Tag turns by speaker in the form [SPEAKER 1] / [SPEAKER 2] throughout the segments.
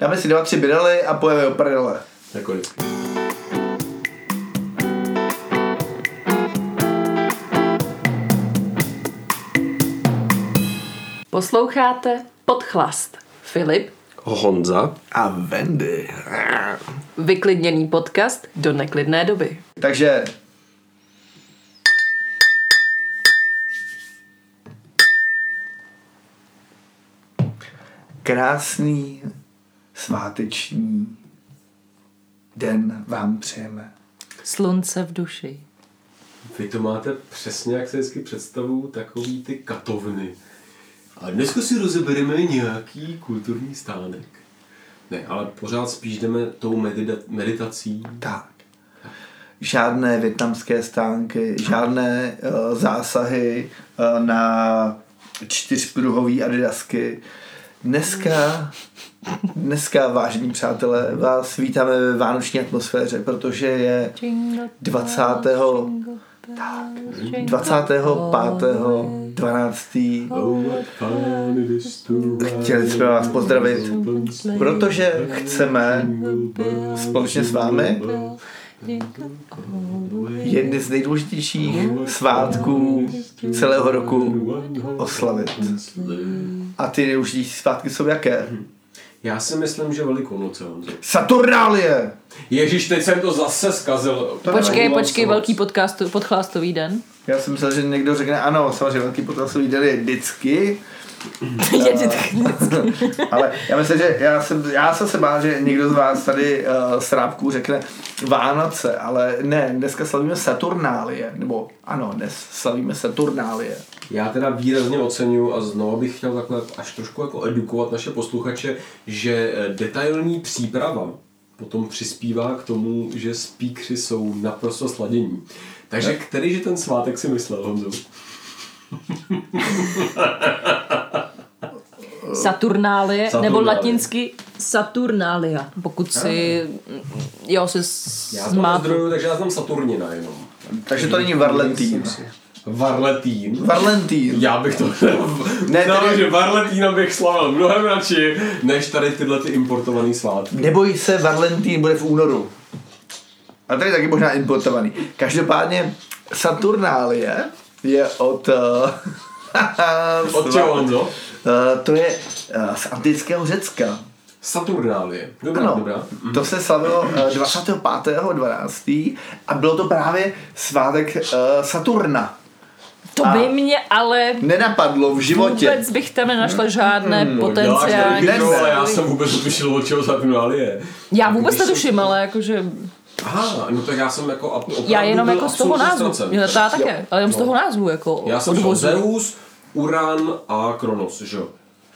[SPEAKER 1] dáme si dva, tři bidely a pojeme o prdele.
[SPEAKER 2] Jako vždycky.
[SPEAKER 3] Posloucháte Podchlast. Filip,
[SPEAKER 2] Honza.
[SPEAKER 1] A Wendy.
[SPEAKER 3] vyklidněný podcast do neklidné doby.
[SPEAKER 1] Takže krásný sváteční den vám přejeme.
[SPEAKER 3] Slunce v duši.
[SPEAKER 2] Vy to máte přesně, jak se vždycky představuju, takový ty katovny. A dneska si rozebereme nějaký kulturní stánek. Ne, ale pořád spíš jdeme tou medita- meditací.
[SPEAKER 1] Tak. Žádné větnamské stánky, žádné uh, zásahy uh, na čtyřpruhový adidasky. Dneska, dneska, vážení přátelé, vás vítáme ve vánoční atmosféře, protože je 20. 25.12. Chtěli jsme vás pozdravit, protože chceme společně s vámi jedny z nejdůležitějších svátků celého roku oslavit. A ty nejdůležitější svátky jsou jaké?
[SPEAKER 2] Já si myslím, že Velikonoce, Honzo.
[SPEAKER 1] Saturnálie!
[SPEAKER 2] Ježíš, teď jsem to zase zkazil.
[SPEAKER 1] To
[SPEAKER 3] Počkej,
[SPEAKER 2] Omlouvám
[SPEAKER 3] počkej,
[SPEAKER 2] se
[SPEAKER 3] velký
[SPEAKER 2] moc.
[SPEAKER 3] podcastu, podchlástový den.
[SPEAKER 1] Já jsem myslel, že někdo řekne ano, samozřejmě velký potrasový den je vždycky, Eh, ale já myslím, že já jsem, já jsem se bál, že někdo z vás tady uh, s rábků řekne Vánoce, ale ne, dneska slavíme Saturnálie, nebo ano, dnes slavíme Saturnálie.
[SPEAKER 2] Já teda výrazně oceňuji a znovu bych chtěl takhle až trošku jako edukovat naše posluchače, že eh, detailní příprava potom přispívá k tomu, že speakery jsou naprosto sladění. Takže který že ten svátek si myslel, Honzo?
[SPEAKER 3] Saturnálie, nebo
[SPEAKER 2] Saturnálie.
[SPEAKER 3] latinsky Saturnalia, pokud si... Jo, se s-
[SPEAKER 2] Já
[SPEAKER 3] má-
[SPEAKER 2] znám zdrojů, takže já znám Saturnina jenom.
[SPEAKER 1] Takže to není Varlentín.
[SPEAKER 2] Nejsem si- Varletín?
[SPEAKER 1] Varlentín.
[SPEAKER 2] Já bych to...
[SPEAKER 1] Ne,
[SPEAKER 2] ne,
[SPEAKER 1] tedy-
[SPEAKER 2] no, že Varletína bych slavil mnohem radši, než tady tyhle ty importovaný svátky.
[SPEAKER 1] Neboj se, Valentín bude v únoru. A tady taky možná importovaný. Každopádně Saturnálie je od... eh, Uh,
[SPEAKER 2] Od čeho, Honzo?
[SPEAKER 1] Uh, to je uh, z antického Řecka.
[SPEAKER 2] Saturnálie. Dobrá,
[SPEAKER 1] Ano,
[SPEAKER 2] dobrá. Mhm.
[SPEAKER 1] to se slavilo uh, 25.12. a bylo to právě svátek uh, Saturna.
[SPEAKER 3] To by mě ale
[SPEAKER 1] Nenapadlo v životě.
[SPEAKER 3] vůbec bych tam nenašla žádné
[SPEAKER 2] Já,
[SPEAKER 3] potenciální...
[SPEAKER 1] Ne, ne.
[SPEAKER 2] ale já jsem vůbec netušil, od čeho Saturnálie je.
[SPEAKER 3] Já vůbec
[SPEAKER 2] Když jsem-
[SPEAKER 3] netuším, ale jakože...
[SPEAKER 2] Aha, no tak já jsem jako ab- opravdu
[SPEAKER 3] Já jenom
[SPEAKER 2] byl
[SPEAKER 3] jako z toho
[SPEAKER 2] absolutně
[SPEAKER 3] názvu.
[SPEAKER 2] ztracen.
[SPEAKER 3] Já já také, ale jenom z
[SPEAKER 1] No.
[SPEAKER 3] toho názvu, jako
[SPEAKER 2] Já jsem šel
[SPEAKER 3] odvozu.
[SPEAKER 2] Zeus, Uran a Kronos, že jo.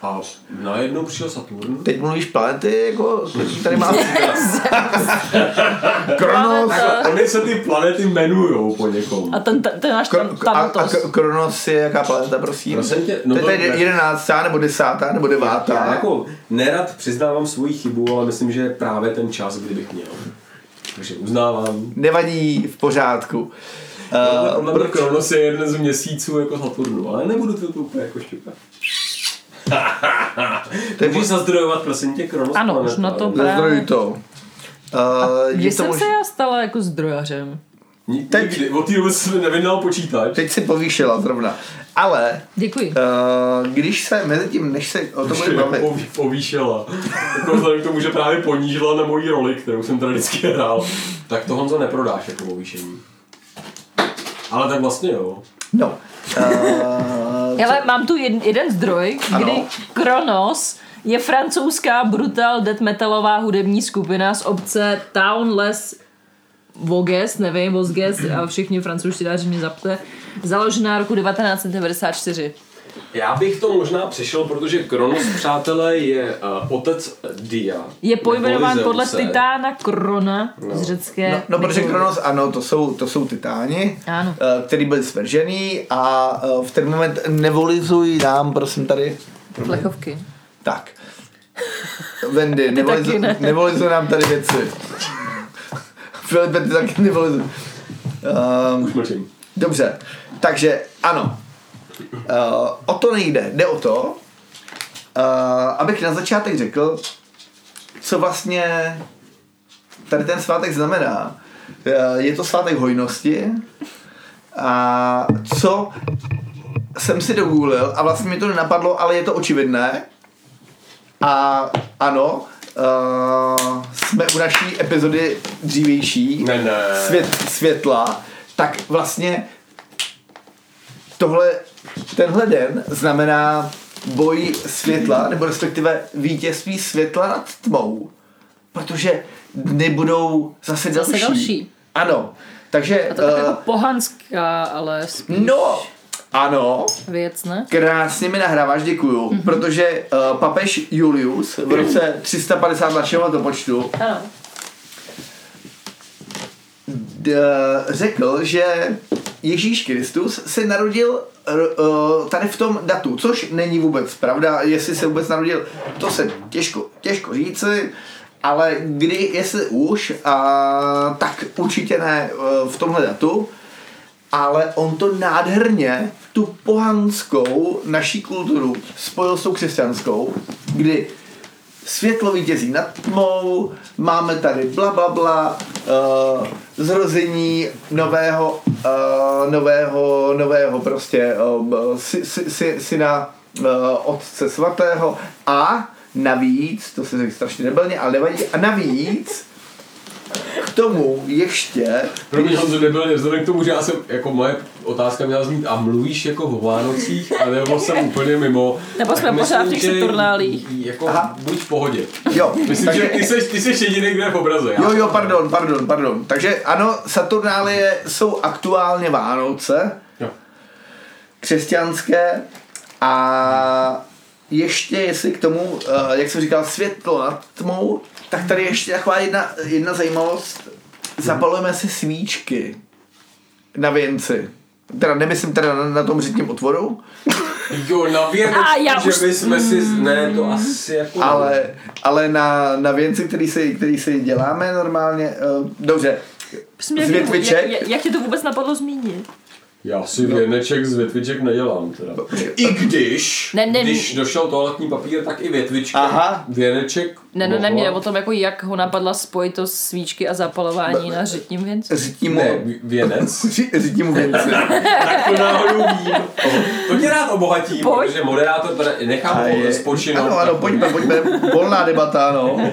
[SPEAKER 2] A najednou přišel Saturn.
[SPEAKER 1] Teď mluvíš planety, jako tady mám. Kronos.
[SPEAKER 2] Tak Ony se ty planety jmenujou po někom.
[SPEAKER 3] A ten, ten, ten náš tam,
[SPEAKER 1] Kr- a, a
[SPEAKER 3] Thanatos.
[SPEAKER 1] K- Kronos je jaká planeta, prosím?
[SPEAKER 2] Prosím tě, no
[SPEAKER 1] to je
[SPEAKER 2] to-
[SPEAKER 1] tady jedenáctá, nebo desátá, nebo devátá.
[SPEAKER 2] Já jako nerad přiznávám svoji chybu, ale myslím, že je právě ten čas, kdybych měl. Takže uznávám.
[SPEAKER 1] Nevadí, v pořádku.
[SPEAKER 2] Uh,
[SPEAKER 1] Uh,
[SPEAKER 2] Podle mě Kronos je jeden z měsíců jako Saturnu, ale nebudu to, to úplně jako šťupat.
[SPEAKER 1] to je
[SPEAKER 2] Můžeš
[SPEAKER 1] moc-
[SPEAKER 2] zazdrojovat, prosím tě, Kronos
[SPEAKER 3] Ano, už
[SPEAKER 2] planeta.
[SPEAKER 3] na to-
[SPEAKER 1] zazdrojuj to. Uh, je
[SPEAKER 3] Kdy
[SPEAKER 1] to
[SPEAKER 3] jsem
[SPEAKER 1] mož-
[SPEAKER 3] se já stala jako zdrojařem?
[SPEAKER 2] Ni-
[SPEAKER 1] Teď.
[SPEAKER 2] Nikdy, od té doby jsem nevyndal počítač.
[SPEAKER 1] Teď si povýšila zrovna. Ale
[SPEAKER 3] Děkuji.
[SPEAKER 1] uh, když se, mezi tím, než se o tom
[SPEAKER 2] Ještě
[SPEAKER 1] budeme bavit,
[SPEAKER 2] poví- povýšila. Jako vzhledem k tomu, že právě ponížila na moji roli, kterou jsem tady vždycky hrál, tak to Honzo neprodáš jako povýšení. Ale tak vlastně jo.
[SPEAKER 1] no, uh,
[SPEAKER 3] Ale mám tu jed, jeden zdroj,
[SPEAKER 1] Ano.
[SPEAKER 3] kdy Kronos je francouzská brutal death metalová hudební skupina z obce Townless Voges, nevím, Vosges, a všichni francouzštináři mě zapte, založená roku 1994.
[SPEAKER 2] Já bych to možná přešel, protože Kronos, přátelé, je uh, otec Dia.
[SPEAKER 3] Je pojmenován
[SPEAKER 2] neboli
[SPEAKER 3] podle
[SPEAKER 2] Zeuse.
[SPEAKER 3] Titána Krona z řecké.
[SPEAKER 1] No, no protože
[SPEAKER 3] mytologie.
[SPEAKER 1] Kronos, ano, to jsou, to jsou titáni,
[SPEAKER 3] Ano.
[SPEAKER 1] eh, který byli svržený a eh, v ten moment nevolizuj nám, prosím, tady.
[SPEAKER 3] Plechovky.
[SPEAKER 1] Tak. Wendy, nevolizuj,
[SPEAKER 3] taky ne.
[SPEAKER 1] nevolizuj nám tady věci. Filipe, ty taky nevolizuj. Um,
[SPEAKER 2] Už mlčím.
[SPEAKER 1] Dobře, takže ano. Uh, eh, o to nejde. Jde o to, uh, abych na začátek řekl, co vlastně tady ten svátek znamená. Eh, Je to svátek hojnosti a co jsem si dogooglil a vlastně mi to nenapadlo, ale je to očividné. A ano, uh, jsme u naší epizody dřívější
[SPEAKER 2] Ne, ne.
[SPEAKER 1] Svět, světla, tak vlastně tohle, tenhle den znamená boj světla, nebo respektive vítězství světla nad tmou. Protože dny budou zase další.
[SPEAKER 3] Zase další.
[SPEAKER 1] Ano. Takže...
[SPEAKER 3] A to tak
[SPEAKER 1] eh,
[SPEAKER 3] jako pohanská, ale spíš
[SPEAKER 1] no, ano,
[SPEAKER 3] věc, ne?
[SPEAKER 1] Krásně mi nahráváš, děkuju,
[SPEAKER 3] Mhm.
[SPEAKER 1] mm-hmm. protože uh, papež Julius v roce 350 našeho letopočtu
[SPEAKER 3] Ano.
[SPEAKER 1] d- řekl, že Ježíš Kristus se narodil r- eh, tady v tom datu, což není vůbec pravda, jestli se vůbec narodil, to se těžko, těžko říci, ale kdy, jestli už, a, tak určitě ne eh, v tomhle datu, ale on to nádherně, tu pohanskou naší kulturu spojil s tou křesťanskou, kdy světlo vítězí nad tmou, máme tady bla bla bla, uh, zrození nového, uh, nového, nového prostě um, sy, sy, sy, syna uh, otce svatého a navíc, to se řekl strašně nebelně, ale nevadí, a navíc k tomu ještě
[SPEAKER 2] Pro mě Honzo nebyl nevzhledem k tomu, že já jsem, jako moje otázka měla znít, a mluvíš jako o Vánocích, anebo jsem úplně mimo.
[SPEAKER 3] Nebo
[SPEAKER 2] Tak
[SPEAKER 3] jsme pořád v těch
[SPEAKER 2] myslím, že
[SPEAKER 3] Saturnálích.
[SPEAKER 2] Jako,
[SPEAKER 1] Aha.
[SPEAKER 2] buď v pohodě.
[SPEAKER 1] jo,
[SPEAKER 2] Myslím, že ty seš, ty seš jediný, kde je v obraze. Já.
[SPEAKER 1] Jo, jo, pardon, pardon, pardon. Takže ano, Saturnálie jsou aktuálně Vánoce,
[SPEAKER 2] Jo.
[SPEAKER 1] křesťanské a ještě jestli k tomu, eh, jak jsem říkal, světlo nad tmou, tak tady ještě taková jedna, jedna zajímavost. Zapalujeme si svíčky na věnci. Teda nemyslím teda na, na tom řitním otvoru,
[SPEAKER 2] Jo, na věc,
[SPEAKER 3] A já
[SPEAKER 2] že
[SPEAKER 3] už- Mm.
[SPEAKER 2] my jsme si, ne, to asi jako...
[SPEAKER 1] ale, ale na, na věnci, který si, který si děláme normálně, eh, dobře,
[SPEAKER 3] Přesně,
[SPEAKER 1] Z
[SPEAKER 3] jak-
[SPEAKER 1] větviček?
[SPEAKER 3] jako- Jak, jak, jak tě to vůbec napadlo zmínit?
[SPEAKER 2] Já si věneček z větviček nedělám teda. I když,
[SPEAKER 3] Ne, ne,
[SPEAKER 2] když došel toaletní papír, tak i větvička,
[SPEAKER 1] Aha.
[SPEAKER 2] věneček...
[SPEAKER 3] Ne, ne, ne,
[SPEAKER 2] mohla.
[SPEAKER 3] mě o tom, jako jak ho napadla spojitost svíčky a zapalování na řitním věnci.
[SPEAKER 1] řitnímu,
[SPEAKER 2] Ne, vě- věnec.
[SPEAKER 1] ři, řitnímu věnci.
[SPEAKER 2] tak to náhodou vím. To mě rád obohatí,
[SPEAKER 3] Pojď.
[SPEAKER 2] protože moderátor tady nechám
[SPEAKER 1] A
[SPEAKER 2] ho
[SPEAKER 1] je-
[SPEAKER 2] spočinout.
[SPEAKER 1] Ano, ano, pojďme, pojďme, volná debata, no. ano.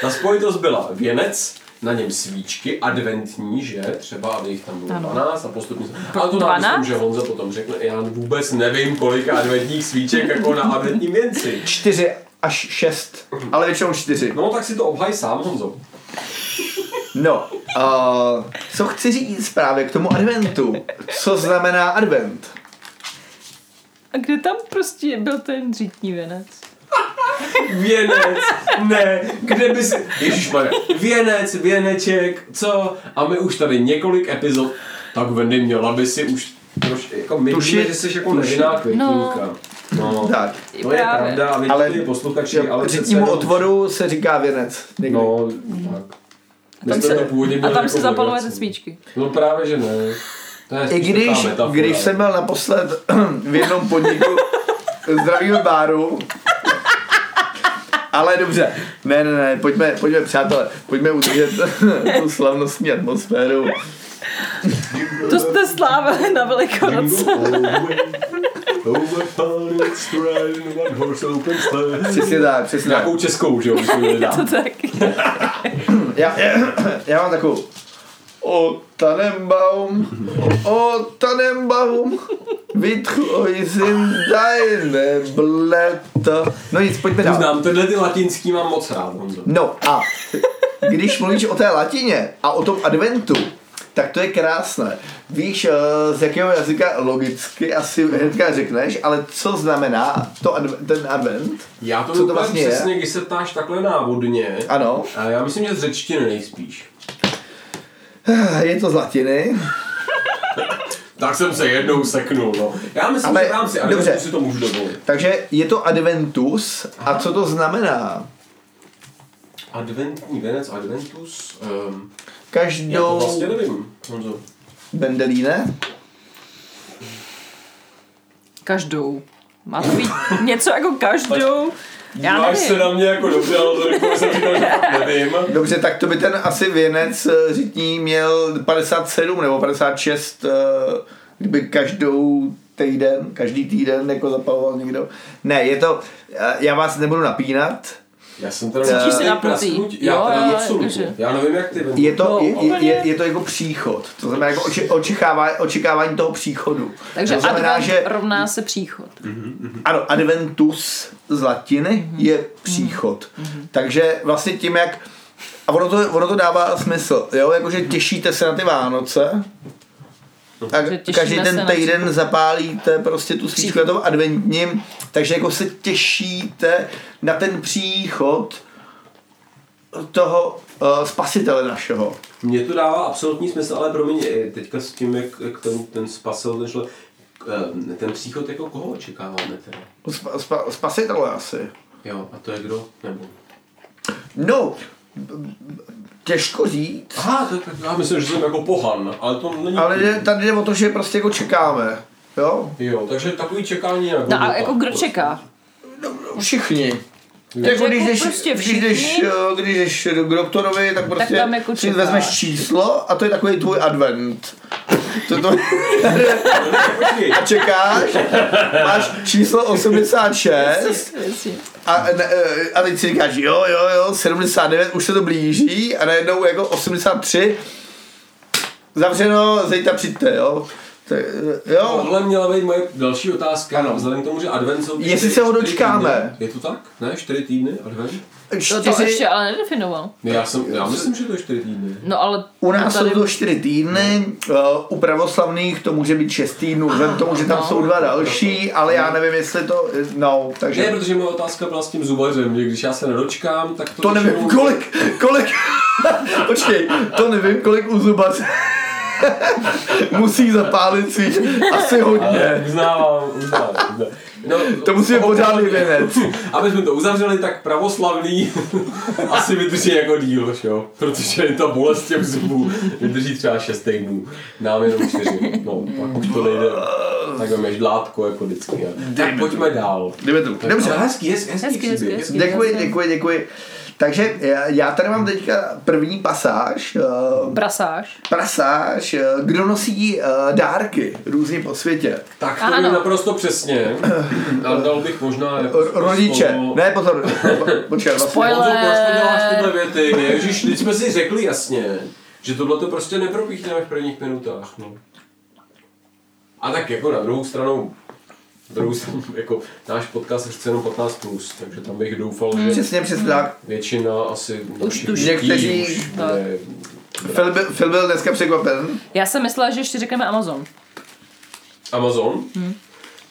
[SPEAKER 2] Ta spojitost byla věnec, na něm svíčky, adventní, že? Třeba, aby jich tam bylo
[SPEAKER 3] Ano.
[SPEAKER 2] 12 a postupně se... Ale to nám
[SPEAKER 3] 12?
[SPEAKER 2] myslím, že Honza potom řekne, já vůbec nevím, kolik adventních svíček jako na adventním věnci.
[SPEAKER 1] Čtyři až šest, ale většinou čtyři.
[SPEAKER 2] No tak si to obhaj sám, Honzo.
[SPEAKER 1] No, uh, co chci říct právě k tomu adventu? Co znamená advent?
[SPEAKER 3] A kde tam prostě byl ten řitní věnec?
[SPEAKER 2] Věnec, ne, kde by si... Ježišmarja, věnec, věneček, co? A my už tady několik epizod, tak Wendy měla by si už troš, jako my
[SPEAKER 1] Tušit,
[SPEAKER 2] víme, že jsi jako
[SPEAKER 1] tušit.
[SPEAKER 2] nevinná květinka. No.
[SPEAKER 1] Tak.
[SPEAKER 2] To je
[SPEAKER 3] Právě.
[SPEAKER 2] pravda, a
[SPEAKER 1] Ale-
[SPEAKER 2] ale, posluchači, ale přece
[SPEAKER 1] Řitnímu
[SPEAKER 2] jenom-
[SPEAKER 1] otvoru se říká věnec. Někdy. No.
[SPEAKER 2] No, tak. My
[SPEAKER 3] Tam
[SPEAKER 2] jsme
[SPEAKER 3] se,
[SPEAKER 2] to původně
[SPEAKER 3] a
[SPEAKER 2] měli
[SPEAKER 3] tam
[SPEAKER 2] jako
[SPEAKER 3] se zapalové ty
[SPEAKER 2] legraci.
[SPEAKER 3] svíčky.
[SPEAKER 2] No právě, že ne. To je
[SPEAKER 1] I
[SPEAKER 2] spíš
[SPEAKER 1] když,
[SPEAKER 2] taková metafora.
[SPEAKER 1] když jsem byl naposled v jednom podniku zdravíme báru, ale dobře, ne, ne, ne, pojďme, pojďme přátelé, pojďme udržet tu slavnostní atmosféru.
[SPEAKER 3] To jste slávili na Velikonoce.
[SPEAKER 2] Jingle over, over planets, train, one horse open sleigh.
[SPEAKER 1] Přesně tak, přesně tak.
[SPEAKER 2] Nějakou českou, že jo? bychom měli dát.
[SPEAKER 3] To tak.
[SPEAKER 1] Já, já, já mám takovou. O Tannenbaum, o Tannenbaum, vytchuj sin deine Blätter. No nic, pojďme dál.
[SPEAKER 2] Znám, tenhle ty latinský mám moc rád, Honzo.
[SPEAKER 1] No a když mluvíš o té latině a o tom adventu, tak to je krásné. Víš, eh, z jakého jazyka logicky asi hnedka řekneš, ale co znamená to adv- ten advent?
[SPEAKER 2] Já to,
[SPEAKER 1] Co to
[SPEAKER 2] úplně
[SPEAKER 1] vlastně je?
[SPEAKER 2] přesně, když se ptáš takhle návodně.
[SPEAKER 1] Ano,
[SPEAKER 2] A já myslím, že z řečtiny nejspíš.
[SPEAKER 1] je to z latiny.
[SPEAKER 2] Tak jsem se jednou seknul, no. Já myslím,
[SPEAKER 1] Ale-
[SPEAKER 2] že v rámci
[SPEAKER 1] dobře.
[SPEAKER 2] adventu si to můžu dovolit.
[SPEAKER 1] Takže je to adventus a co to znamená?
[SPEAKER 2] Adventní věnec, adventus, um, já to
[SPEAKER 1] každou
[SPEAKER 2] vlastně nevím, Honzo.
[SPEAKER 1] bendelíne.
[SPEAKER 3] Každou. Má to být něco jako každou. Já
[SPEAKER 2] Díváš
[SPEAKER 3] nevím.
[SPEAKER 2] se na mě jako dobře, ale to jako jsem říkal, že fakt nevím.
[SPEAKER 1] Dobře, tak to by ten asi věnec eh, řitní měl 57 nebo 56, eh, kdyby každou týden, každý týden jako zapaloval někdo. Ne, je to, eh, já vás nebudu napínat,
[SPEAKER 2] Já jsem teda...
[SPEAKER 1] Cítíš se
[SPEAKER 2] Já-
[SPEAKER 3] napnutý?
[SPEAKER 2] praskuť, Já
[SPEAKER 3] Jo,
[SPEAKER 2] teda
[SPEAKER 3] jo,
[SPEAKER 2] absolutně.
[SPEAKER 3] jakože.
[SPEAKER 2] Já nevím, jak ty. Venku.
[SPEAKER 1] je to,
[SPEAKER 3] No,
[SPEAKER 1] je, je,
[SPEAKER 3] úplně.
[SPEAKER 1] je, je to jako příchod, to znamená jako oči, očekává, očekávání toho příchodu.
[SPEAKER 3] Takže
[SPEAKER 1] to znamená,
[SPEAKER 3] advent
[SPEAKER 1] že
[SPEAKER 3] rovná se příchod.
[SPEAKER 1] Ano, adventus z latiny
[SPEAKER 3] Mhm.
[SPEAKER 1] mm-hmm. je příchod. Mm-hmm. Takže vlastně tím, jak... A ono to, ono to dává smysl, jo? Jakože
[SPEAKER 3] Mhm.
[SPEAKER 1] těšíte se na ty Vánoce
[SPEAKER 3] No. Že
[SPEAKER 1] a
[SPEAKER 3] těšíme
[SPEAKER 1] každý
[SPEAKER 3] se na
[SPEAKER 1] ten týden
[SPEAKER 3] příchod.
[SPEAKER 1] zapálíte prostě tu svíčku na tom adventním, takže jako se těšíte na ten příchod toho uh, spasitele našeho.
[SPEAKER 2] Mně to dává absolutní smysl, ale pro mě teďka s tím, jak, jak ten, ten spasil, ten, šlo, ten příchod, jako koho očekáváme teda?
[SPEAKER 1] Spa, spa, spasitele asi.
[SPEAKER 2] Jo, a to je kdo? Nebo?
[SPEAKER 1] No, b- b- těžko říct,
[SPEAKER 2] Aha, to, tak já myslím, že jsem jako pohan, ale to není...
[SPEAKER 1] ale jde- tady jde o to, že prostě jako čekáme. Jo,
[SPEAKER 2] Jo, takže takový čekání na
[SPEAKER 3] No a jako kdo čeká?
[SPEAKER 1] Všichni. Jako když
[SPEAKER 3] jako
[SPEAKER 1] jdeš,
[SPEAKER 3] prostě
[SPEAKER 1] když, jdeš,
[SPEAKER 3] všichni.
[SPEAKER 1] eh, když jdeš k doktorovi, tak prostě
[SPEAKER 3] tam jako
[SPEAKER 1] si
[SPEAKER 3] čekáš.
[SPEAKER 1] vezmeš číslo a to je takový tvůj advent. To to
[SPEAKER 2] Počkej,
[SPEAKER 1] a čekáš, máš číslo
[SPEAKER 3] Eh?
[SPEAKER 1] 86
[SPEAKER 3] Jasně.
[SPEAKER 1] a, ne, eh, a teď si říkáš, jo, jo, jo, 79, už se to blíží a najednou jako 83, zavřeno, zítra přijďte, jo. To je, eh, jo,
[SPEAKER 2] tohle měla být moje další otázka, no,
[SPEAKER 1] Ano.
[SPEAKER 2] vzhledem k tomu, že advent jsou...
[SPEAKER 1] Jestli
[SPEAKER 2] čtyři-
[SPEAKER 1] se ho
[SPEAKER 2] čtyři
[SPEAKER 1] dočkáme.
[SPEAKER 2] týdny. Je to tak? Ne, čtyři týdny advent?
[SPEAKER 3] To, to
[SPEAKER 1] čtyři-
[SPEAKER 3] ještě ale nedefinoval.
[SPEAKER 2] Ne, já, jsem, já myslím, že to je čtyři týdny.
[SPEAKER 3] No ale
[SPEAKER 1] U nás
[SPEAKER 3] tady...
[SPEAKER 1] jsou to čtyři týdny, eh, u pravoslavných to může být šest týdnů, vzhledem k tomu, že tam
[SPEAKER 3] no.
[SPEAKER 1] jsou dva další, ale já nevím, jestli to, no,
[SPEAKER 2] Ne,
[SPEAKER 1] takže
[SPEAKER 2] protože moje otázka byla s tím zubařem, že když já se nedočkám, tak to...
[SPEAKER 1] to nevím,
[SPEAKER 2] většinou-
[SPEAKER 1] kolik, kolik, počkej, to nevím, kolik u zubaře musí zapálit svít, asi hodně.
[SPEAKER 2] Ale uznávám, uznávám. ne. No,
[SPEAKER 1] To musíme pořádný věnec.
[SPEAKER 2] Aby jsme to uzavřeli, tak pravoslavný asi vydrží jako díl, že jo? Protože ta bolest těch zubů vydrží třeba 6 týdnů. Nám jenom 4. No, pak už to nejde. Tak máme žlátko jako vždycky. ale- Tak pojďme dál.
[SPEAKER 1] Jdeme tu.
[SPEAKER 2] Tak,
[SPEAKER 1] Dobře,
[SPEAKER 2] ale hezký, hezký, hezký,
[SPEAKER 3] Hezký,
[SPEAKER 2] hezký, příběh.
[SPEAKER 3] hezký, hezký.
[SPEAKER 1] děkuji,
[SPEAKER 3] jasně.
[SPEAKER 1] děkuji, děkuji. Takže já- já tady mám teďka první pasáž. eh,
[SPEAKER 3] Prasáž.
[SPEAKER 1] Prasáž, eh, kdo nosí eh, dárky různě po světě.
[SPEAKER 2] Tak to
[SPEAKER 3] Ano.
[SPEAKER 2] ano. naprosto přesně. A dal bych možná... Jako
[SPEAKER 1] R- Rodiče,
[SPEAKER 2] slovo-
[SPEAKER 1] ne pozor, po- počkej, vlastně.
[SPEAKER 3] Spoil-
[SPEAKER 2] Honzo,
[SPEAKER 3] Ale-
[SPEAKER 2] proč to děláš tyhle věty? Ježíš, teď jsme si řekli jasně, že tohle to prostě nepropíchneme v prvních minutách. No. A tak jako na druhou stranu, na druhou stranu, jako náš podcast je přece jenom 15+, plus, takže tam bych doufal,
[SPEAKER 3] Hmm.
[SPEAKER 2] že
[SPEAKER 1] Přesně, přesně tak.
[SPEAKER 2] většina asi našich
[SPEAKER 3] tuší.
[SPEAKER 2] lidí
[SPEAKER 1] Někteří-
[SPEAKER 2] už
[SPEAKER 3] tak.
[SPEAKER 2] bude-
[SPEAKER 1] Phil byl, Phil byl dneska překvapen.
[SPEAKER 3] Já jsem myslela, že ještě řekneme Amazon.
[SPEAKER 2] Amazon?
[SPEAKER 3] Hmm.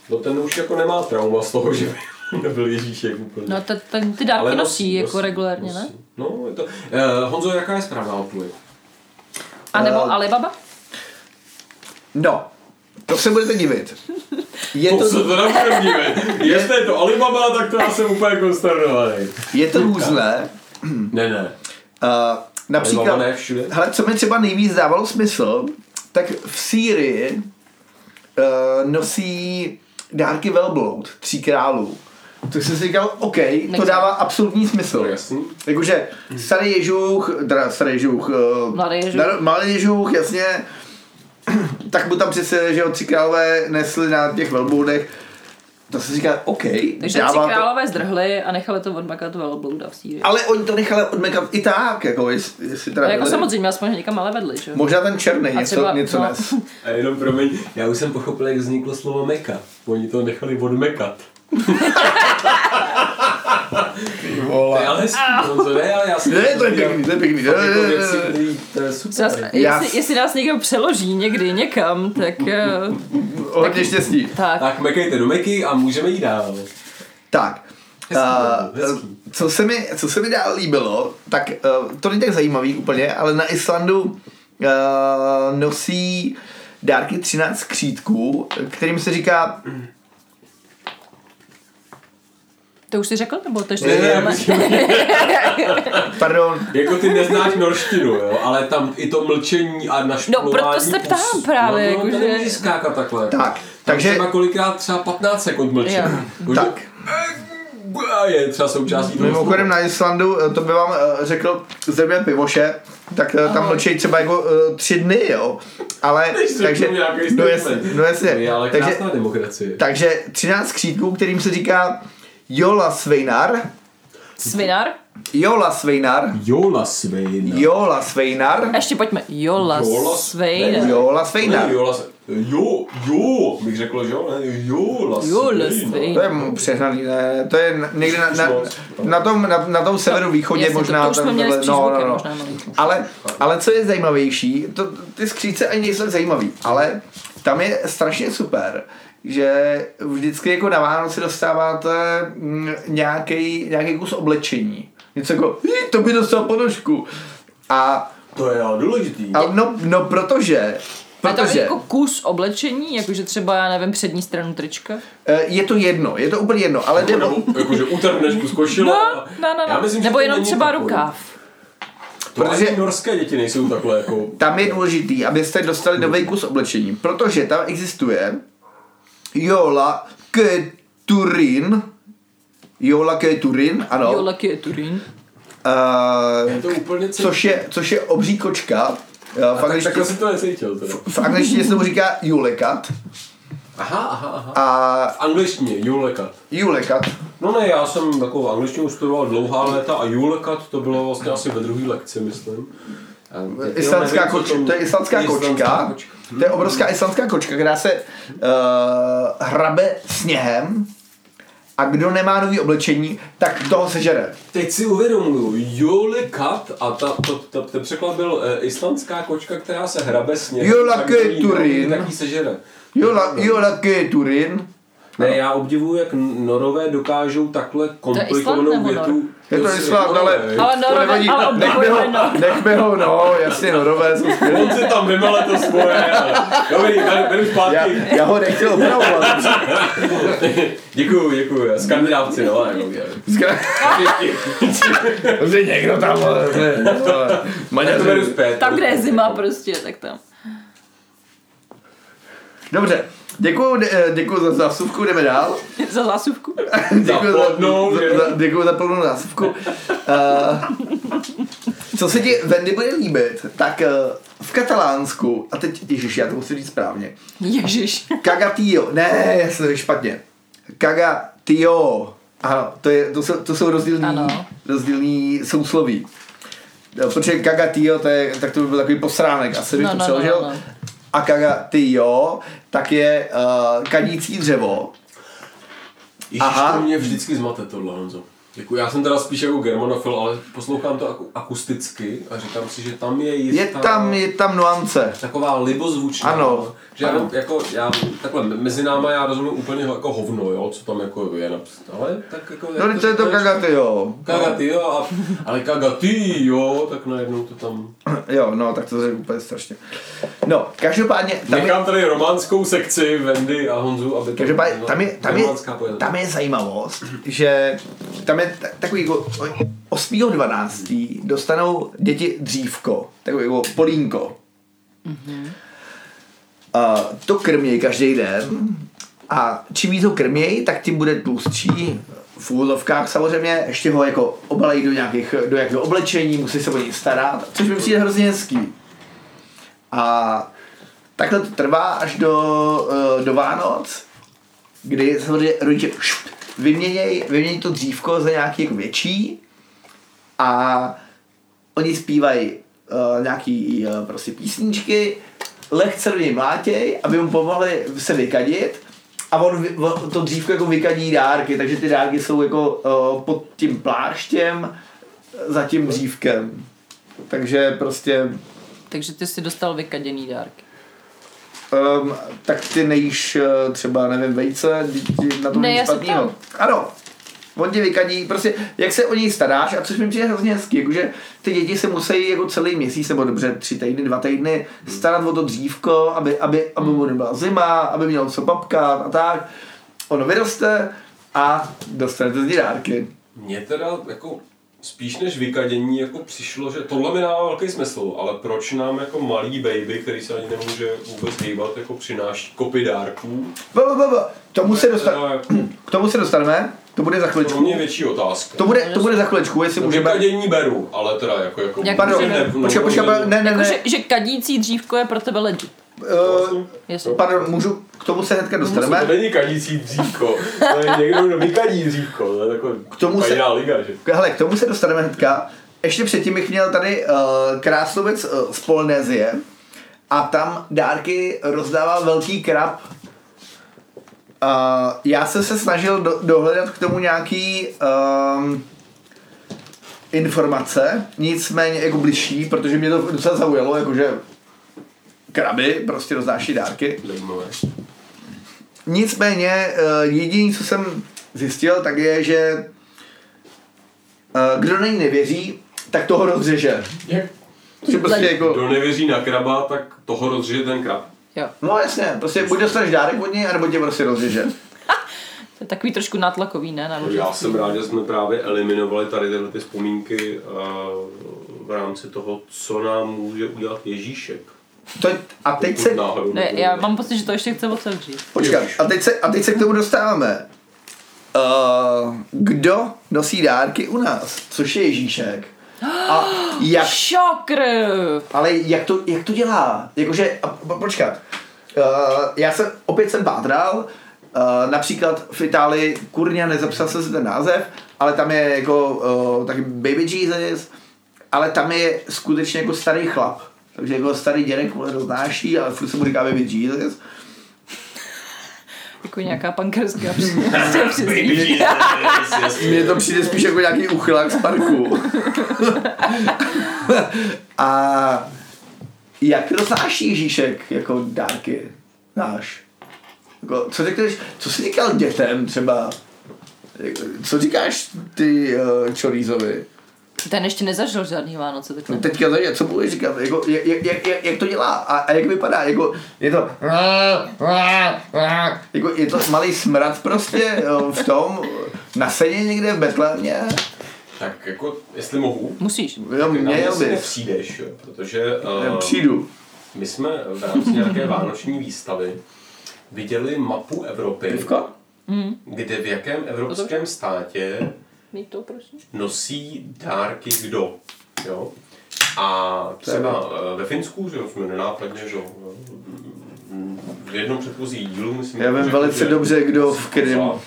[SPEAKER 2] No ten už jako nemá trauma z toho, že by nebyl Ježíšek úplně.
[SPEAKER 3] No tak tak ty dárky nosí, jako regulérně, ne?
[SPEAKER 2] nosí. No, je to... Eh, Honzo, jaká je správná odpověď?
[SPEAKER 3] A nebo
[SPEAKER 1] Eh,
[SPEAKER 3] Alibaba?
[SPEAKER 1] No, to se budete divit. Je
[SPEAKER 2] To se
[SPEAKER 1] to,
[SPEAKER 2] teda budem divit. Jestli je to Alibaba, tak to já jsem úplně konsternovaný.
[SPEAKER 1] je to různé.
[SPEAKER 2] Ne, ne.
[SPEAKER 1] Uh, například,
[SPEAKER 2] Alibaba ne všude.
[SPEAKER 1] hele, co mi třeba nejvíc dávalo smysl, tak v Sýrii uh, nosí dárky velbloud, tří králů. To jsem si říkal, OK, to dává absolutní smysl.
[SPEAKER 2] No jasný.
[SPEAKER 1] Jakože starý ježuch, teda starý ježuch, eh,
[SPEAKER 3] Mladý ježuch.
[SPEAKER 1] nar- mladý ježuch, jasně, tak mu tam přece, že ho tři králové nesli na těch velboudech. To si říká, OK,
[SPEAKER 3] Takže tři králové zdrhli a nechali to odmakat velblouda v Sýrii.
[SPEAKER 1] Ale oni to nechali odmekat i tak, jako jest- jestli teda...
[SPEAKER 3] No jako
[SPEAKER 1] byli-
[SPEAKER 3] samozřejmě, aspoň že někam ale vedli, že? jo?
[SPEAKER 1] Možná ten černý něco,
[SPEAKER 3] třeba-
[SPEAKER 1] něco
[SPEAKER 3] no.
[SPEAKER 1] nes.
[SPEAKER 2] A jenom promiň, já už jsem pochopil, jak vzniklo slovo meka. Oni to nechali odmekat.
[SPEAKER 1] Ty
[SPEAKER 2] To je
[SPEAKER 1] vole.
[SPEAKER 2] ale hezký, Honzo, ne, ale já jsem...
[SPEAKER 1] Ne, to je pěkný, to je pěkný. Eh, Ne,
[SPEAKER 2] Jako
[SPEAKER 1] ne,
[SPEAKER 2] věci,
[SPEAKER 1] ne, ne.
[SPEAKER 2] který- To je
[SPEAKER 3] Nás,
[SPEAKER 2] super.
[SPEAKER 1] Já-
[SPEAKER 3] jestli, jestli nás někdo přeloží někdy někam, tak... eh,
[SPEAKER 1] Hodně štěstí.
[SPEAKER 3] tak.
[SPEAKER 2] Tak mekejte do meky a můžeme jít dál.
[SPEAKER 1] Tak.
[SPEAKER 2] Hezký, no,
[SPEAKER 1] a,
[SPEAKER 2] hezký.
[SPEAKER 1] co, se mi, co se mi dál líbilo, tak uh, to není tak zajímavý úplně, ale na Islandu uh, nosí dárky 13 křídků, kterým se říká...
[SPEAKER 3] To už jsi řekl? Nebo to ještě
[SPEAKER 2] Ne, ne,
[SPEAKER 3] řekl?
[SPEAKER 2] ne,
[SPEAKER 1] Pardon.
[SPEAKER 2] jako ty neznáš norštinu, jo, ale tam i to mlčení a naštvování.
[SPEAKER 3] No, proto se ptám
[SPEAKER 2] pus-
[SPEAKER 3] právě,
[SPEAKER 2] no, no,
[SPEAKER 3] jakože-
[SPEAKER 2] to nemůžeš skákat takhle.
[SPEAKER 1] Tak,
[SPEAKER 2] Tam
[SPEAKER 1] takže-
[SPEAKER 2] Třeba kolikrát třeba 15 sekund mlčení.
[SPEAKER 3] Jo.
[SPEAKER 2] Už-
[SPEAKER 1] Tak.
[SPEAKER 2] je třeba součástí toho
[SPEAKER 1] Mimochodem
[SPEAKER 2] slova.
[SPEAKER 1] na Islandu, eh, to by vám eh, řekl Zdrobě Pivoše, tak eh, tam
[SPEAKER 3] Ahoj.
[SPEAKER 1] mlčí třeba jako eh, tři dny, jo. Ale,
[SPEAKER 2] Než
[SPEAKER 1] takže,
[SPEAKER 2] řeknu nějaký
[SPEAKER 1] no
[SPEAKER 2] statement.
[SPEAKER 1] jasně, no
[SPEAKER 2] To
[SPEAKER 1] jasně.
[SPEAKER 2] je ale
[SPEAKER 1] takže,
[SPEAKER 2] krásná demokracie.
[SPEAKER 1] takže 13 křídků, kterým se říká Jola Sveinar,
[SPEAKER 3] Svinar?
[SPEAKER 1] Jola Sveinar,
[SPEAKER 2] Jola Svejna.
[SPEAKER 1] Jola Sveinar,
[SPEAKER 3] Ještě pojďme. Jola
[SPEAKER 2] Jola-
[SPEAKER 3] Svejna.
[SPEAKER 2] Ne,
[SPEAKER 1] Jola
[SPEAKER 2] Ne,
[SPEAKER 1] Sveinar.
[SPEAKER 2] Jola Se- Jo, jo, bych řekl, že jo, ne, Jola
[SPEAKER 3] Jola
[SPEAKER 1] To
[SPEAKER 3] Svejna.
[SPEAKER 1] je mu přehnaný, ne, to je n- někde na, na, na tom, na, na tom severu východě
[SPEAKER 3] No, Jasně, to-
[SPEAKER 1] možná.
[SPEAKER 3] To už jsme
[SPEAKER 1] tam
[SPEAKER 3] měli
[SPEAKER 1] vedle- no,
[SPEAKER 3] s přízvukem možná malinko.
[SPEAKER 1] Ale, ale co je zajímavější, to, ty skříce ani nejsou zajímavý, ale tam je strašně super, že vždycky jako na Vánoci dostáváte nějaký, nějaký kus oblečení. Něco jako, "Jí, to by dostal ponožku. A,
[SPEAKER 2] To je ale důležitý.
[SPEAKER 1] a no, no protože,
[SPEAKER 3] A tam je
[SPEAKER 1] protože
[SPEAKER 3] jako kus oblečení, jakože třeba, já nevím, přední stranu trička.
[SPEAKER 1] eh, je to jedno, je to úplně jedno, ale jde o,
[SPEAKER 2] Nebo jakože utrhneš kus košile.
[SPEAKER 3] No,
[SPEAKER 2] a-
[SPEAKER 3] no, no,
[SPEAKER 2] Já
[SPEAKER 3] no.
[SPEAKER 2] myslím, že
[SPEAKER 3] Nebo
[SPEAKER 2] to
[SPEAKER 3] jenom
[SPEAKER 2] není
[SPEAKER 3] třeba
[SPEAKER 2] takový.
[SPEAKER 3] rukáv.
[SPEAKER 2] To
[SPEAKER 1] Protože-
[SPEAKER 2] Protože... ani norské děti nejsou takhle jako...
[SPEAKER 1] tam je důležitý, abyste dostali nový kus oblečení, protože tam existuje Jola Keturin, Jola Keturin, ano,
[SPEAKER 3] Jo, laky je Turín.
[SPEAKER 1] eh,
[SPEAKER 2] Je to úplně celý.
[SPEAKER 1] což, je, což je obří kočka, eh, v
[SPEAKER 2] tak,
[SPEAKER 1] angličtině,
[SPEAKER 2] takhle jsem to necítil teda.
[SPEAKER 1] v angličtině se mu říká Julekat
[SPEAKER 2] Aha, aha, aha.
[SPEAKER 1] a
[SPEAKER 2] V angličtině, julekat.
[SPEAKER 1] Julekat,
[SPEAKER 2] No ne, já jsem jako angličtinu studoval dlouhá léta a julekat to bylo vlastně asi ve druhé lekci, myslím. A teď jenom
[SPEAKER 1] Ehm, islandská
[SPEAKER 2] nevím, co
[SPEAKER 1] koč, to je islandská kočka,
[SPEAKER 2] kočka.
[SPEAKER 1] to je obrovská islandská kočka, která se eh, hrabe sněhem a kdo nemá nový oblečení, tak toho sežere.
[SPEAKER 2] Teď si uvědomuju, julekat a ta, to, to, ten překlad byl eh, islandská kočka, která se hrabe sněhem.
[SPEAKER 1] Julekat Turin.
[SPEAKER 2] Taký sežere.
[SPEAKER 1] Jola, Jola Keturin.
[SPEAKER 2] Ne, já obdivuju, jak Norové dokážou takhle komplikovanou
[SPEAKER 3] Island nebo Nor?
[SPEAKER 2] větu.
[SPEAKER 1] Je to
[SPEAKER 2] si-
[SPEAKER 1] Island, ale...
[SPEAKER 3] Ale
[SPEAKER 1] to
[SPEAKER 3] Norové-
[SPEAKER 1] nevadí.
[SPEAKER 3] ale
[SPEAKER 1] Nechme
[SPEAKER 3] no, obdivujeme
[SPEAKER 1] ho,
[SPEAKER 3] Norové.
[SPEAKER 1] nechme ho, no, jasně, Norové jsou skvělí.
[SPEAKER 2] On si tam vymele to svoje. ale- Dobrý, ber- beru
[SPEAKER 1] Já,
[SPEAKER 2] zpátky.
[SPEAKER 1] já ho nechtěl opravovat.
[SPEAKER 2] Děkuju, děkuju. Skandinávci, no, jako, je.
[SPEAKER 1] Že někdo tam... ale ne, to je-
[SPEAKER 2] Já to beru zpět.
[SPEAKER 3] Tam, kde je zima prostě, tak tam.
[SPEAKER 1] Dobře, děkuju, eh, děkuju za zásuvku, jdeme dál.
[SPEAKER 3] Za zásuvku.
[SPEAKER 1] Děkuju za,
[SPEAKER 2] plodnou,
[SPEAKER 1] za,
[SPEAKER 2] že?
[SPEAKER 1] za, děkuju za plnou zásuvku. Eh, co se ti, Wendy, bude líbit, tak eh, v Katalánsku, a teď, ježiš, já to musím říct správně,
[SPEAKER 3] Ježiš.
[SPEAKER 1] Kagatio, ne, já jsem špatně. Kagatio. Ano, to, je, to, jsou, to jsou rozdílný,
[SPEAKER 3] Ano.
[SPEAKER 1] rozdílný sousloví. Jo, Protože kagatio, to je, tak to by byl takový posránek, asi bych
[SPEAKER 3] No,
[SPEAKER 1] to
[SPEAKER 3] no, no,
[SPEAKER 1] přeložil.
[SPEAKER 3] no, no.
[SPEAKER 1] A kagatio, tak je uh, kadící dřevo.
[SPEAKER 2] Ježiš,
[SPEAKER 1] Aha.
[SPEAKER 2] to mě vždycky zmate tohle, Honzo. Děkuji. Já jsem teda spíš jako germanofil, ale poslouchám to aku- akusticky a říkám si, že tam je jistá...
[SPEAKER 1] Je tam, je tam nuance.
[SPEAKER 2] taková libozvučná.
[SPEAKER 1] Ano,
[SPEAKER 2] Že já,
[SPEAKER 1] ano.
[SPEAKER 2] jako, já, takhle, mezi náma já rozumím úplně jako hovno, jo, co tam jako je napsáno. Ale tak jako... jak
[SPEAKER 1] No, to je to
[SPEAKER 2] řekneš?
[SPEAKER 1] kagatio.
[SPEAKER 2] Kagaty, jo, a, ale kagaty, jo, tak najednou to tam...
[SPEAKER 1] Jo, no, tak to je úplně strašně. No, každopádně... Tam je,
[SPEAKER 2] Nechám tady románskou sekci Vendy a Honzu, aby to
[SPEAKER 1] Každopádně tam je, tam je,
[SPEAKER 2] románská pojedna.
[SPEAKER 1] tam je zajímavost, že tam je ta- takový jako 8.12. dostanou děti dřívko, takový jako polínko. A to krmějí každý den a čím víc ho krmějí, tak tím bude tlustší v úlovkách samozřejmě, ještě ho jako obalejí do nějakých, do nějakého oblečení, musí se o něj starat, což mi přijde hrozně hezký. A takhle to trvá až do, eh, do Vánoc, kdy samozřejmě rodiče šup, vyměněj, vyměněj to dřívko za nějaký jako větší a oni zpívají uh, nějaký uh, prostě písničky, lehce do něj mlátěj, aby mu pomohli se vykadit a on, vy- on to dřívko jako vykadí dárky, takže ty dárky jsou jako uh, pod tím pláštěm za tím dřívkem. Takže prostě
[SPEAKER 3] Takže ty jsi dostal vykaděný dárky.
[SPEAKER 1] Um, tak ty nejíš eh, třeba, nevím, vejce, děti na tom
[SPEAKER 3] Ne,
[SPEAKER 1] nic
[SPEAKER 3] já se
[SPEAKER 1] špatnýho.
[SPEAKER 3] ptám.
[SPEAKER 1] Ano, on tě vykadí, prostě jak se o něj staráš a což mi přijde hrozně hezky, jakože ty děti se musí jako celý měsíc, nebo dobře tři týdny, dva týdny starat o to dřívko, aby, aby, aby mu nebyla zima, aby měl co papkat a tak. Ono vyroste a dostanete z ní dárky.
[SPEAKER 2] Mně teda jako spíš než vykadění jako přišlo, že tohle mi dává velký smysl, ale proč nám jako malý baby, který se ani nemůže vůbec hýbat, jako přináší kopy dárků?
[SPEAKER 1] Ba, ba, ba, ba. Tomu se
[SPEAKER 2] Teda
[SPEAKER 1] dostane,
[SPEAKER 2] jako-
[SPEAKER 1] k tomu se dostaneme. No, To bude za
[SPEAKER 2] Pro mě
[SPEAKER 1] chviličku.
[SPEAKER 2] je větší otázka.
[SPEAKER 1] To
[SPEAKER 3] No,
[SPEAKER 1] bude, to bude za chviličku, jestli
[SPEAKER 2] Může
[SPEAKER 1] můžeme...
[SPEAKER 2] kadění beru, ale teda jako... jako
[SPEAKER 3] Jak
[SPEAKER 1] Pardon,
[SPEAKER 3] můžeme-
[SPEAKER 2] ne-
[SPEAKER 1] počkej, počkej,
[SPEAKER 2] ne-
[SPEAKER 1] ne, ne, ne.
[SPEAKER 3] Jakože, že kadící dřívko je pro tebe legit.
[SPEAKER 1] Eh,
[SPEAKER 3] Jestli.
[SPEAKER 1] Pardon, můžu, k tomu se hnedka dostaneme.
[SPEAKER 2] To není kadící dřívko, to je někdo, kdo vykadí dřívko, to je takový K
[SPEAKER 1] tomu se-
[SPEAKER 2] liga, že?
[SPEAKER 1] Hele, k tomu se dostaneme hnedka. Ještě předtím bych měl tady uh, kráslovec uh, z Polnézie a tam dárky rozdává velký krab. Uh, já jsem se snažil do, dohledat k tomu nějaký um, informace, nicméně jako bližší, protože mě to docela zaujalo, jakože kraby prostě roznáší dárky.
[SPEAKER 2] Zajímavé.
[SPEAKER 1] Nicméně eh, jediný, co jsem zjistil, tak je, že eh, kdo na ní nevěří, tak toho rozřeže.
[SPEAKER 2] Jak?
[SPEAKER 1] Že prostě jako,
[SPEAKER 2] Kdo nevěří na kraba, tak toho rozřeže ten krab.
[SPEAKER 3] Jo.
[SPEAKER 1] no jasně, prostě buď dostaneš dárek od něj, anebo tě prostě rozřeže.
[SPEAKER 3] To je takový trošku nátlakový, ne? Náboženství.
[SPEAKER 2] Já jsem rád, že jsme právě eliminovali tady tyhle ty vzpomínky eh, v rámci toho, co nám může udělat Ježíšek.
[SPEAKER 1] To je, a teď se,
[SPEAKER 2] Pokud náhodou
[SPEAKER 3] Ne,
[SPEAKER 2] nebude.
[SPEAKER 3] já mám pocit, že to ještě chce otevřít.
[SPEAKER 1] počkat, a teď se, a teď se k tomu dostáváme. Uh, kdo nosí dárky u nás? Což je Ježíšek. A jak
[SPEAKER 3] Šokr!
[SPEAKER 1] Ale jak to, jak to dělá? Jakože, a, po- počkat, uh, já jsem, opět jsem bádral, uh, například v Itálii, kurňa, nezapsal jsem si ten název, ale tam je jako uh, taky Baby Jesus, ale tam je skutečně jako starý chlap. Takže jako starý dědek vole roznáší, ale furt se mu říká Baby Jesus.
[SPEAKER 3] Jako nějaká pankerská přesně.
[SPEAKER 1] Mně to přijde spíš jako nějaký uchylák z parku. A jak roznáš Ježíšek jako dárky náš? Jako, co řekneš, co jsi říkal dětem třeba? Jako, Co říkáš ty uh, Čorízovi?
[SPEAKER 3] Ten ještě nezažil žádný Vánoce, tak
[SPEAKER 1] No
[SPEAKER 3] ne.
[SPEAKER 1] teďka tady, co budeš říkat? Jako, jak, jak, jak, jak, to dělá? A, a, jak vypadá? Jako, je to... Jako, je to malý smrad prostě eh, v tom, na sedě někde v Betlémě?
[SPEAKER 2] Tak jako, jestli mohu,
[SPEAKER 3] Musíš.
[SPEAKER 1] Jo,
[SPEAKER 2] tak na mě
[SPEAKER 1] měl
[SPEAKER 2] asi
[SPEAKER 1] bys.
[SPEAKER 2] nepřijdeš, jo, protože
[SPEAKER 1] Já
[SPEAKER 2] uh,
[SPEAKER 1] Přijdu.
[SPEAKER 2] my jsme v rámci nějaké vánoční výstavy viděli mapu Evropy,
[SPEAKER 1] Pivko?
[SPEAKER 2] kde v jakém evropském státě
[SPEAKER 3] Mít to, prosím.
[SPEAKER 2] nosí dárky kdo. Jo? A třeba eh, ve Finsku, že jo, jsme nenápadně, že jo, mm, v jednom předchozí dílu, myslím,
[SPEAKER 1] Já vím
[SPEAKER 2] že-
[SPEAKER 1] velice
[SPEAKER 2] že-
[SPEAKER 1] dobře, kdo v kterém-
[SPEAKER 2] Za vánoční-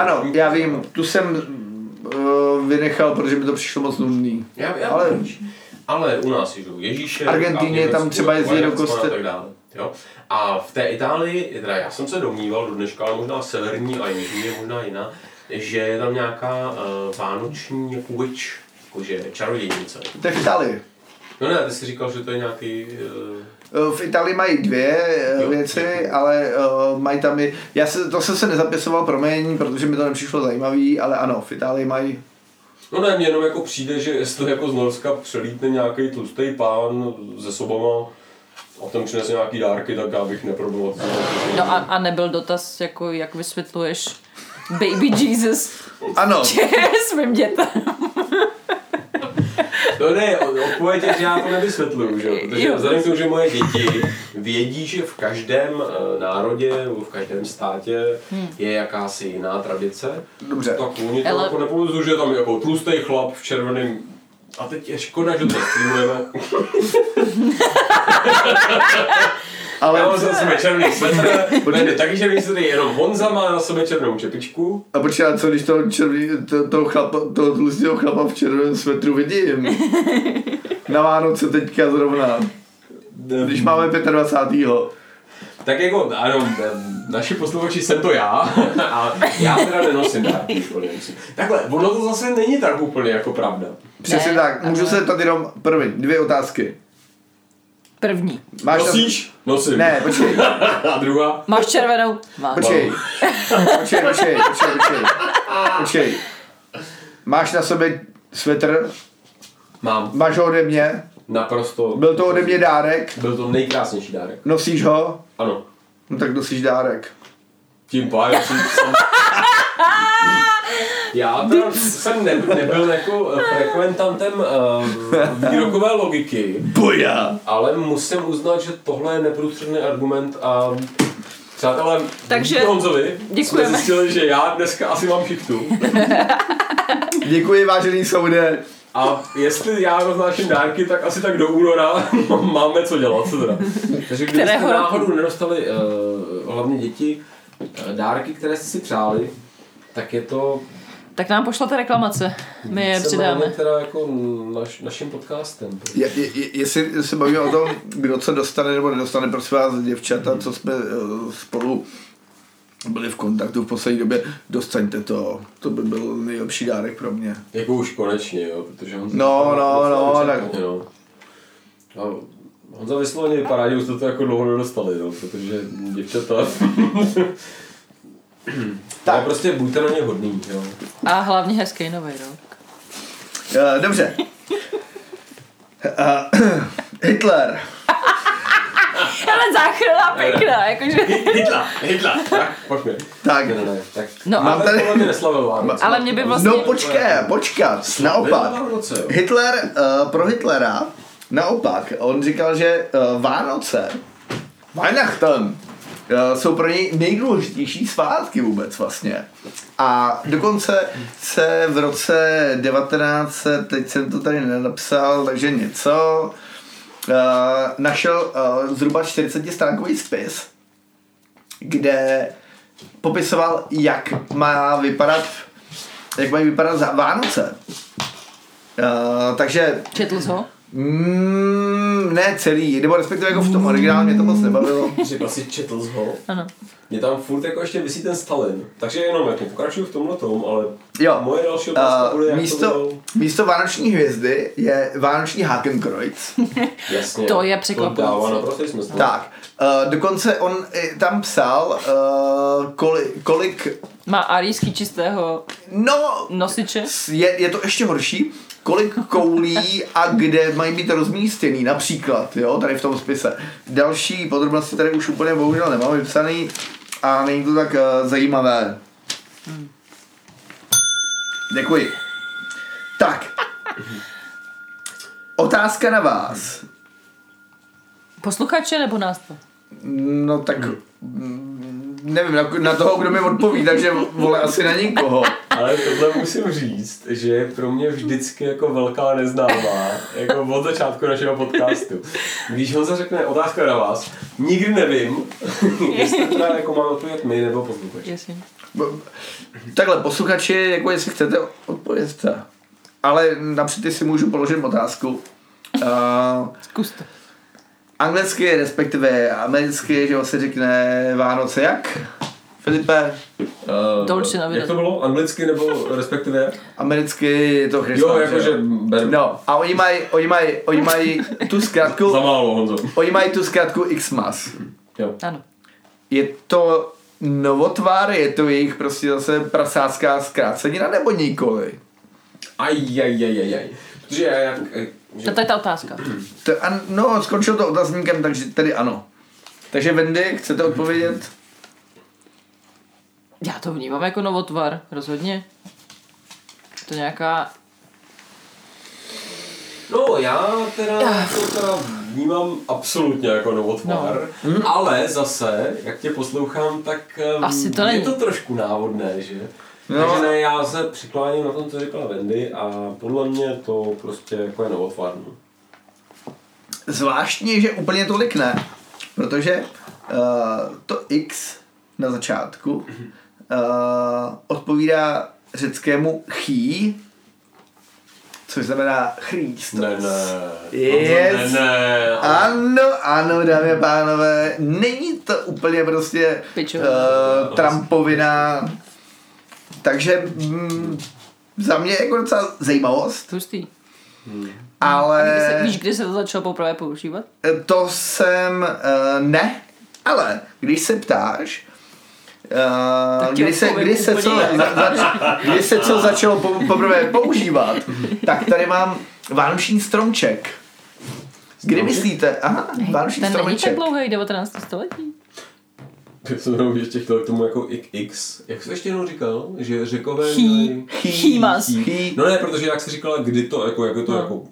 [SPEAKER 1] Ano, já vím, tu jsem uh, vynechal, protože mi to přišlo moc nudný.
[SPEAKER 2] Já, já
[SPEAKER 1] Ale-
[SPEAKER 2] ale, ale u nás je že jo, Ježíšek.
[SPEAKER 1] Argentíně
[SPEAKER 2] a v
[SPEAKER 1] tam třeba jezdí do
[SPEAKER 2] Německu a
[SPEAKER 1] kostel-
[SPEAKER 2] tak dále. Jo? A v té Itálii, teda já jsem se domníval do dneška, ale možná severní a jižní je možná jiná, že je tam nějaká uh, vánoční jako witch, jakože čarodějnice.
[SPEAKER 1] To je v Itálii.
[SPEAKER 2] No ne, ty jsi říkal, že to je nějaký... Uh,
[SPEAKER 1] Eh, V Itálii mají dvě eh,
[SPEAKER 2] Jo.
[SPEAKER 1] věci, ale uh, mají tam i... Já se, to jsem se nezapisoval, promiň, protože mi to nepřišlo zajímavý, ale ano, v Itálii mají...
[SPEAKER 2] No ne, mě jenom jako přijde, že jestli jako z Norska přelítne nějaký tlustý pán se sobama a ten přinese nějaký dárky, tak já bych neproblomoval.
[SPEAKER 3] No a, a nebyl dotaz, jako jak vysvětluješ Baby Jesus
[SPEAKER 1] Ano,
[SPEAKER 3] svým dětem.
[SPEAKER 2] No ne, odpověď je, že já to nevysvětluju, že jo? Protože
[SPEAKER 3] Jo.
[SPEAKER 2] vzhledem k tomu, že moje děti vědí, že v každém eh, národě nebo v každém státě je jakási jiná tradice,
[SPEAKER 1] dobře.
[SPEAKER 2] tak oni to
[SPEAKER 3] Ale-
[SPEAKER 2] jako nepomůžu, že tam je jako tlustý chlap v červeném a teď je škoda, že to streamujeme.
[SPEAKER 1] Ale
[SPEAKER 2] Já mám na sebe černý svetr, ne, taky černý svetr, jenom Honza má na sebe černou čepičku.
[SPEAKER 1] a počkej, a co když toho, červený, to, toho, chlapa, toho tlustého chlapa v červeném svetru vidím? Na Vánoce teďka zrovna, když máme 25.
[SPEAKER 2] Tak jako, ano, naši posluchači jsem to já, a já teda nenosím dárky úplně. Takhle, ono to zase není tak úplně jako pravda.
[SPEAKER 1] Přesně
[SPEAKER 3] Ne,
[SPEAKER 1] tak. Můžu
[SPEAKER 3] ale-
[SPEAKER 1] se tady jenom, první, dvě otázky.
[SPEAKER 3] První.
[SPEAKER 1] Máš
[SPEAKER 2] Nosíš? Nosím.
[SPEAKER 1] Ne, počkej,
[SPEAKER 2] A druhá?
[SPEAKER 3] Máš červenou? Mám.
[SPEAKER 1] počkej. Počkej, počkej, počkej, počkej. Počkej. Máš na sobě svetr,
[SPEAKER 2] Mám.
[SPEAKER 1] máš ho ode mě,
[SPEAKER 2] Naprosto.
[SPEAKER 1] byl to ode mě dárek,
[SPEAKER 2] Byl to nejkrásnější dárek.
[SPEAKER 1] nosíš ho,
[SPEAKER 2] Ano.
[SPEAKER 1] no tak nosíš dárek.
[SPEAKER 2] Tím pádem jsem... jsem... Já teda jsem ne, nebyl jako eh, frekventantem eh, výrokové logiky,
[SPEAKER 1] Boja!
[SPEAKER 2] ale musím uznat, že tohle je neprůstředný argument a Přátelé,
[SPEAKER 3] Takže
[SPEAKER 2] díky Honzovi
[SPEAKER 3] děkujeme.
[SPEAKER 2] jsme zjistili, že já dneska asi mám šichtu.
[SPEAKER 1] Děkuji, vážený soude.
[SPEAKER 2] A jestli já roznáším dárky, tak asi tak do února máme co dělat. Co teda. Takže kdybyste
[SPEAKER 3] Kterého roku?
[SPEAKER 2] náhodou nedostali uh, hlavně děti eh, dárky, které jste si přáli, tak je to
[SPEAKER 3] Tak nám pošlete reklamace, my je
[SPEAKER 2] víceméně
[SPEAKER 3] přidáme.
[SPEAKER 2] teda jako naš, naším podcastem.
[SPEAKER 1] Je, je, je- jestli se bavíme o tom, kdo co dostane nebo nedostane, prosím vás, děvčata, co jsme eh, spolu byli v kontaktu v poslední době, dostaňte to. To by byl nejlepší dárek pro mě.
[SPEAKER 2] Jako už konečně, jo, protože Honza...
[SPEAKER 1] No, no, no,
[SPEAKER 2] tak...
[SPEAKER 1] tak-
[SPEAKER 2] No. No, Honza vysloveně vypadá, že už jste to jako dlouho nedostali, no, protože děvčata... tak.
[SPEAKER 1] Tak.
[SPEAKER 2] No, prostě buďte na ně hodný, jo.
[SPEAKER 3] A hlavně hezký nový rok.
[SPEAKER 1] Eh, Dobře. Eh, Hitler.
[SPEAKER 3] Ale záchrana pěkná, jakože...
[SPEAKER 2] Hitla, hitla, tak, pojďme.
[SPEAKER 1] Tak,
[SPEAKER 2] Ne, ne, ne, tak.
[SPEAKER 3] No,
[SPEAKER 1] Mám
[SPEAKER 2] Mám
[SPEAKER 1] tady-
[SPEAKER 2] tady... Podle mě neslavil Vánoce.
[SPEAKER 3] Ale mě by vlastně...
[SPEAKER 1] no počkej, počkat,
[SPEAKER 2] Naopak.
[SPEAKER 1] naopak.
[SPEAKER 2] Vánoce, jo.
[SPEAKER 1] Hitler, eh, pro Hitlera, naopak, on říkal, že eh, Vánoce, Weihnachten, eh, jsou pro něj nejdůležitější svátky vůbec vlastně. A dokonce se v roce 19, teď jsem to tady nenapsal, takže něco, eh, našel eh, zhruba 40 stránkový spis, kde popisoval, jak má vypadat, jak mají vypadat za Vánoce. Uh, takže
[SPEAKER 3] Četl jsi ho?
[SPEAKER 1] mm, ne celý, nebo respektive jako v tom originálu mě to moc nebavilo. Eh,
[SPEAKER 2] Že asi četl z ho.
[SPEAKER 3] Ano.
[SPEAKER 2] Mě tam furt jako ještě vysí ten Stalin. Takže jenom jako pokračuju v tomhle tom, ale
[SPEAKER 1] Jo.
[SPEAKER 2] moje další otázka bude,
[SPEAKER 1] Uh,
[SPEAKER 2] jak to
[SPEAKER 1] místo,
[SPEAKER 2] budou...
[SPEAKER 1] místo Vánoční hvězdy je Vánoční Hakenkreuz.
[SPEAKER 2] Jasně,
[SPEAKER 3] To je
[SPEAKER 2] To
[SPEAKER 3] překvapující.
[SPEAKER 2] dává naprostý smysl.
[SPEAKER 1] Tak, uh, dokonce on i tam psal, uh, kolik, kolik,
[SPEAKER 3] Má arijský čistého
[SPEAKER 1] no
[SPEAKER 3] nosiče.
[SPEAKER 1] je, je to ještě horší, kolik koulí a kde mají být rozmístěný, například, jo, tady v tom spise. Další podrobnosti tady už úplně bohužel nemám vypsaný a není to tak uh, zajímavé. Děkuji. Tak. Otázka na vás.
[SPEAKER 3] Posluchače nebo nás to?
[SPEAKER 1] No tak mm, nevím, na, na toho, kdo mi odpoví, takže vole asi na nikoho.
[SPEAKER 2] Ale tohle musím říct, že je pro mě vždycky jako velká neznámá, jako od začátku našeho podcastu. Když Honza řekne otázka na vás, nikdy nevím, jestli teda jako máme odpovědět my nebo posluchači.
[SPEAKER 3] Jasně.
[SPEAKER 1] Takhle, posluchači, jako jestli chcete, odpovězte. Ale napřed ty si můžu položit otázku. Uh,
[SPEAKER 3] Zkus to.
[SPEAKER 1] anglicky, respektive americky, že se řekne Vánoce jak? Filipe,
[SPEAKER 2] Uh,
[SPEAKER 3] Dolce Navina.
[SPEAKER 2] Jak to bylo? Anglicky nebo respektive?
[SPEAKER 1] americky je to Christmas.
[SPEAKER 2] Jo,
[SPEAKER 1] že
[SPEAKER 2] jakože ber...
[SPEAKER 1] No, a oni mají, oni mají, oni mají tu
[SPEAKER 2] Za
[SPEAKER 1] zkratku,
[SPEAKER 2] málo, Honzo.
[SPEAKER 1] oni mají tu zkratku Xmas.
[SPEAKER 2] Jo.
[SPEAKER 3] Ano.
[SPEAKER 1] Je to novotvar, je to jejich prostě zase prasácká zkrácenina, nebo nikoli?
[SPEAKER 2] Aj, aj, aj, aj, aj. Protože já jak... eh, že-
[SPEAKER 3] To, to je ta otázka.
[SPEAKER 1] To, an, no, skončilo to otazníkem, takže tedy ano. Takže Wendy, chcete odpovědět?
[SPEAKER 3] Já to vnímám jako novotvar, rozhodně. To nějaká...
[SPEAKER 2] No, já
[SPEAKER 3] Ah.
[SPEAKER 2] teda, to teda vnímám absolutně jako novotvar, no. ale zase, jak tě poslouchám, tak em,
[SPEAKER 3] Asi to
[SPEAKER 2] je
[SPEAKER 3] není.
[SPEAKER 2] to trošku návodné, že?
[SPEAKER 1] No.
[SPEAKER 2] No. Takže ne, já se přikláním na tom, co říkala Wendy a podle mě to prostě jako je novotvar. No.
[SPEAKER 1] Zvláštní, že úplně tolik ne, protože uh, to X na začátku uh, odpovídá řeckému chý, což znamená Christos.
[SPEAKER 2] Ne, ne.
[SPEAKER 1] Yes.
[SPEAKER 2] Ne, ne.
[SPEAKER 1] Ano, ano, dámy a pánové, není to úplně prostě
[SPEAKER 3] Pičo.
[SPEAKER 1] uh, Trumpovina. Takže mm, za mě jako docela zajímavost,
[SPEAKER 3] Hustý. Kdy
[SPEAKER 1] ale
[SPEAKER 3] No, se, víš, kdy se to začalo poprvé používat?
[SPEAKER 1] to jsem eh, ne, ale když se ptáš, Uh,
[SPEAKER 3] ti
[SPEAKER 1] kdy, se,
[SPEAKER 3] odpovím
[SPEAKER 1] kdy, se
[SPEAKER 3] úplně
[SPEAKER 1] co,
[SPEAKER 3] jinak.
[SPEAKER 1] za, za, kdy se co začalo po, poprvé používat, tak tady mám vánoční stromček. Kdy myslíte? Aha, vánoční
[SPEAKER 3] Ten není tak
[SPEAKER 1] stromček.
[SPEAKER 3] dlouhý, 19. století.
[SPEAKER 2] Já jsem jenom ještě chtěl k tomu jako x, jak jsi ještě jednou říkal, že řekové...
[SPEAKER 3] Chý.
[SPEAKER 2] dělají-
[SPEAKER 3] Chýmas.
[SPEAKER 1] Chý.
[SPEAKER 2] No ne, protože jak jsi říkala, kdy to, jako, jak je to no. jako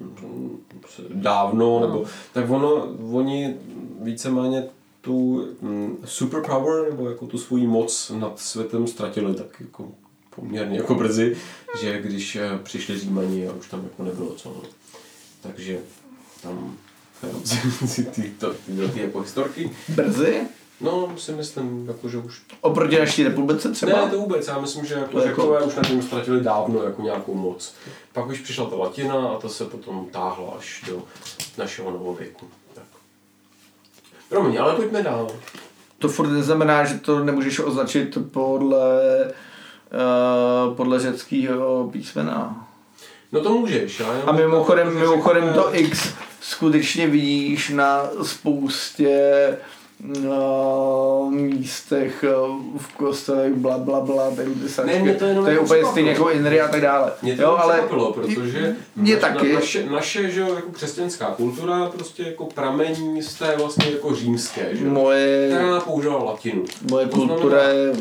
[SPEAKER 2] dávno, no. nebo, tak ono, oni víceméně tu mm, superpower, nebo jako tu svoji moc nad světem ztratili tak jako poměrně jako brzy, že když eh, přišli Římani a už tam jako nebylo co. No. Takže tam v rámci ty, ty, ty, ty jako historky.
[SPEAKER 1] Brzy?
[SPEAKER 2] No, si myslím, jako, že už
[SPEAKER 1] Oproti naší republice třeba?
[SPEAKER 2] ne, to vůbec, já myslím, že jako
[SPEAKER 1] To jako-
[SPEAKER 2] Řekové už na tím ztratili dávno jako nějakou moc. Pak už přišla ta latina a ta se potom táhla až do našeho novověku. Tak. Promiň, ale pojďme dál.
[SPEAKER 1] To furt neznamená, že to nemůžeš označit podle, eh, podle řeckého písmena.
[SPEAKER 2] No to můžeš, já jenom
[SPEAKER 1] A mimochodem,
[SPEAKER 2] protože
[SPEAKER 1] mimochodem
[SPEAKER 2] Řekové-
[SPEAKER 1] to X skutečně vidíš na spoustě na místech eh, v kostelech, bla, bla, bla, tady ty
[SPEAKER 2] Ne, mě
[SPEAKER 1] sáčky.
[SPEAKER 2] to jenom
[SPEAKER 1] to je úplně
[SPEAKER 2] jako překvapilo.
[SPEAKER 1] stejně jako Inry a tak dále.
[SPEAKER 2] Mě to
[SPEAKER 1] jo, ale
[SPEAKER 2] překvapilo, protože
[SPEAKER 1] mě
[SPEAKER 2] na-
[SPEAKER 1] taky.
[SPEAKER 2] na- naše, naše že, jo, jako křesťanská kultura prostě jako pramení z té vlastně jako římské, že? jo,
[SPEAKER 1] moje,
[SPEAKER 2] která používala latinu.
[SPEAKER 1] moje
[SPEAKER 2] To znamená-
[SPEAKER 1] kultura je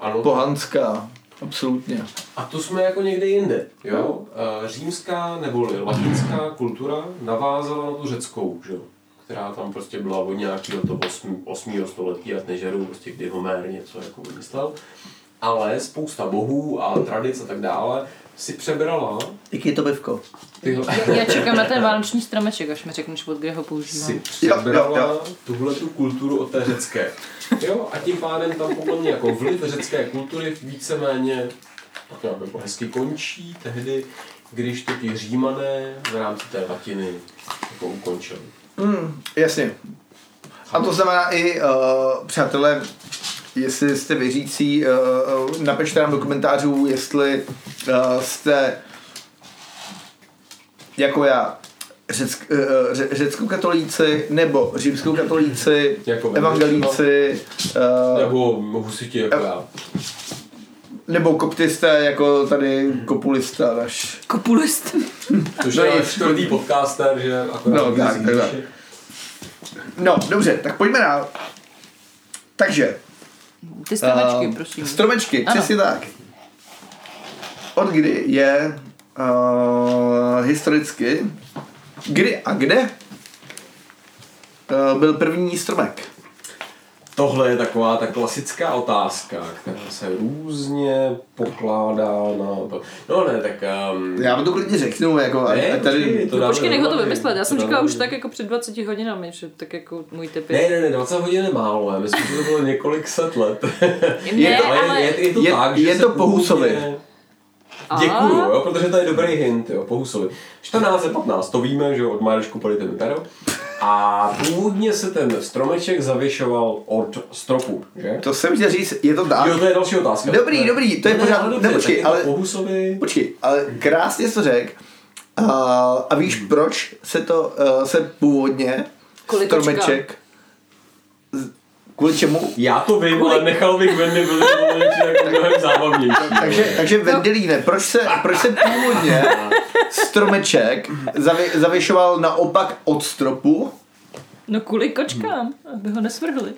[SPEAKER 2] ano, to-
[SPEAKER 1] pohanská, absolutně.
[SPEAKER 2] A to jsme jako někde jinde, jo? Eh, Římská nebo latinská kultura navázala na tu řeckou, že jo? která tam prostě byla od nějakého toho 8. 8. století a nežeru, prostě kdy Homér něco jako vymyslel. Ale spousta bohů a tradic a tak dále si přebrala
[SPEAKER 1] Jaký je to pivko?
[SPEAKER 2] tyhle...
[SPEAKER 3] Já čekám na ten vánoční stromeček, až mi řekneš, od kde ho používám.
[SPEAKER 2] si
[SPEAKER 1] Jo, jo,
[SPEAKER 2] přebrala
[SPEAKER 1] jo.
[SPEAKER 2] tuhle tu kulturu od té řecké. Jo, a tím pádem tam podle mě jako vliv řecké kultury víceméně tak nějak jako hezky končí tehdy, když to ti římané v rámci té latiny jako ukončili.
[SPEAKER 1] Mm, jasně. A to znamená i, uh, přátelé, jestli jste věřící, uh, napište nám do komentářů, jestli uh, jste jako já, řeck, uh, ře, řeckou katolíci, nebo římskou katolíci,
[SPEAKER 2] Jako vy,
[SPEAKER 1] evangelíci, uh,
[SPEAKER 2] Nebo husitě jako já.
[SPEAKER 1] nebo koptisté, jako tady kopulista náš.
[SPEAKER 3] Kopulist.
[SPEAKER 2] Což
[SPEAKER 1] No
[SPEAKER 2] je ale
[SPEAKER 1] nic.
[SPEAKER 2] čtvrtý podcaster, že akorát
[SPEAKER 1] No,
[SPEAKER 2] někdy
[SPEAKER 1] tak,
[SPEAKER 2] si
[SPEAKER 1] tak,
[SPEAKER 2] píše.
[SPEAKER 1] tak. No, dobře, tak pojďme dál. Takže,
[SPEAKER 3] Ty stromečky,
[SPEAKER 1] Ehm,
[SPEAKER 3] prosím.
[SPEAKER 1] Stromečky,
[SPEAKER 3] Ano.
[SPEAKER 1] přesně tak. Od kdy je uh, historicky, kdy a kde uh, byl první stromek?
[SPEAKER 2] Tohle je taková ta klasická otázka, která se různě pokládá na to. No ne, tak... Um,
[SPEAKER 1] Já vám to klidně řeknu, jako,
[SPEAKER 2] Ne,
[SPEAKER 1] ne, a tady...
[SPEAKER 2] počkej, to dáme
[SPEAKER 3] Počkej, nech ho to
[SPEAKER 2] dohromady.
[SPEAKER 3] vymyslet. Já jsem
[SPEAKER 2] To dáme
[SPEAKER 3] říkala už
[SPEAKER 2] dohromady.
[SPEAKER 3] tak jako před 20 hodinami, že tak jako můj tip
[SPEAKER 2] Ne,
[SPEAKER 3] je.
[SPEAKER 2] ne, ne, 20 hodin je málo, já myslím, že to bylo několik set let.
[SPEAKER 3] Ne,
[SPEAKER 1] to-
[SPEAKER 3] ale...
[SPEAKER 2] je, je to
[SPEAKER 1] je-
[SPEAKER 2] tak, že
[SPEAKER 1] je
[SPEAKER 2] se
[SPEAKER 1] to po Husovi.
[SPEAKER 2] původně- Děkuju, jo, protože to je dobrý hint, jo, po Husovi. 14 a 15, to víme, že jo, od Márečku pali ten pero. A původně se ten stromeček zavěšoval od stropu, že?
[SPEAKER 1] To jsem chtěl říct, je to tak.
[SPEAKER 2] Jo, to je další otázka.
[SPEAKER 1] Dobrý, dobrý, to je
[SPEAKER 2] Ne,
[SPEAKER 1] pořád-
[SPEAKER 2] ale
[SPEAKER 1] ne, počkej,
[SPEAKER 2] tak je to
[SPEAKER 1] ale-
[SPEAKER 2] Po Husovi...
[SPEAKER 1] Počkej, ale krásně jsi to řekl. Uh, a víš, proč se to uh, se původně
[SPEAKER 3] Kvůli kočkám.
[SPEAKER 1] stromeček... z- Kvůli čemu?
[SPEAKER 2] Já to vím, ale nechal bych Wendy byli jako mnohem zábavnější.
[SPEAKER 1] Takže, takže
[SPEAKER 3] No.
[SPEAKER 1] Vendelíne, proč se, proč se původně stromeček zavě, zavěšoval naopak od stropu?
[SPEAKER 3] No kvůli kočkám, aby ho nesvrhli.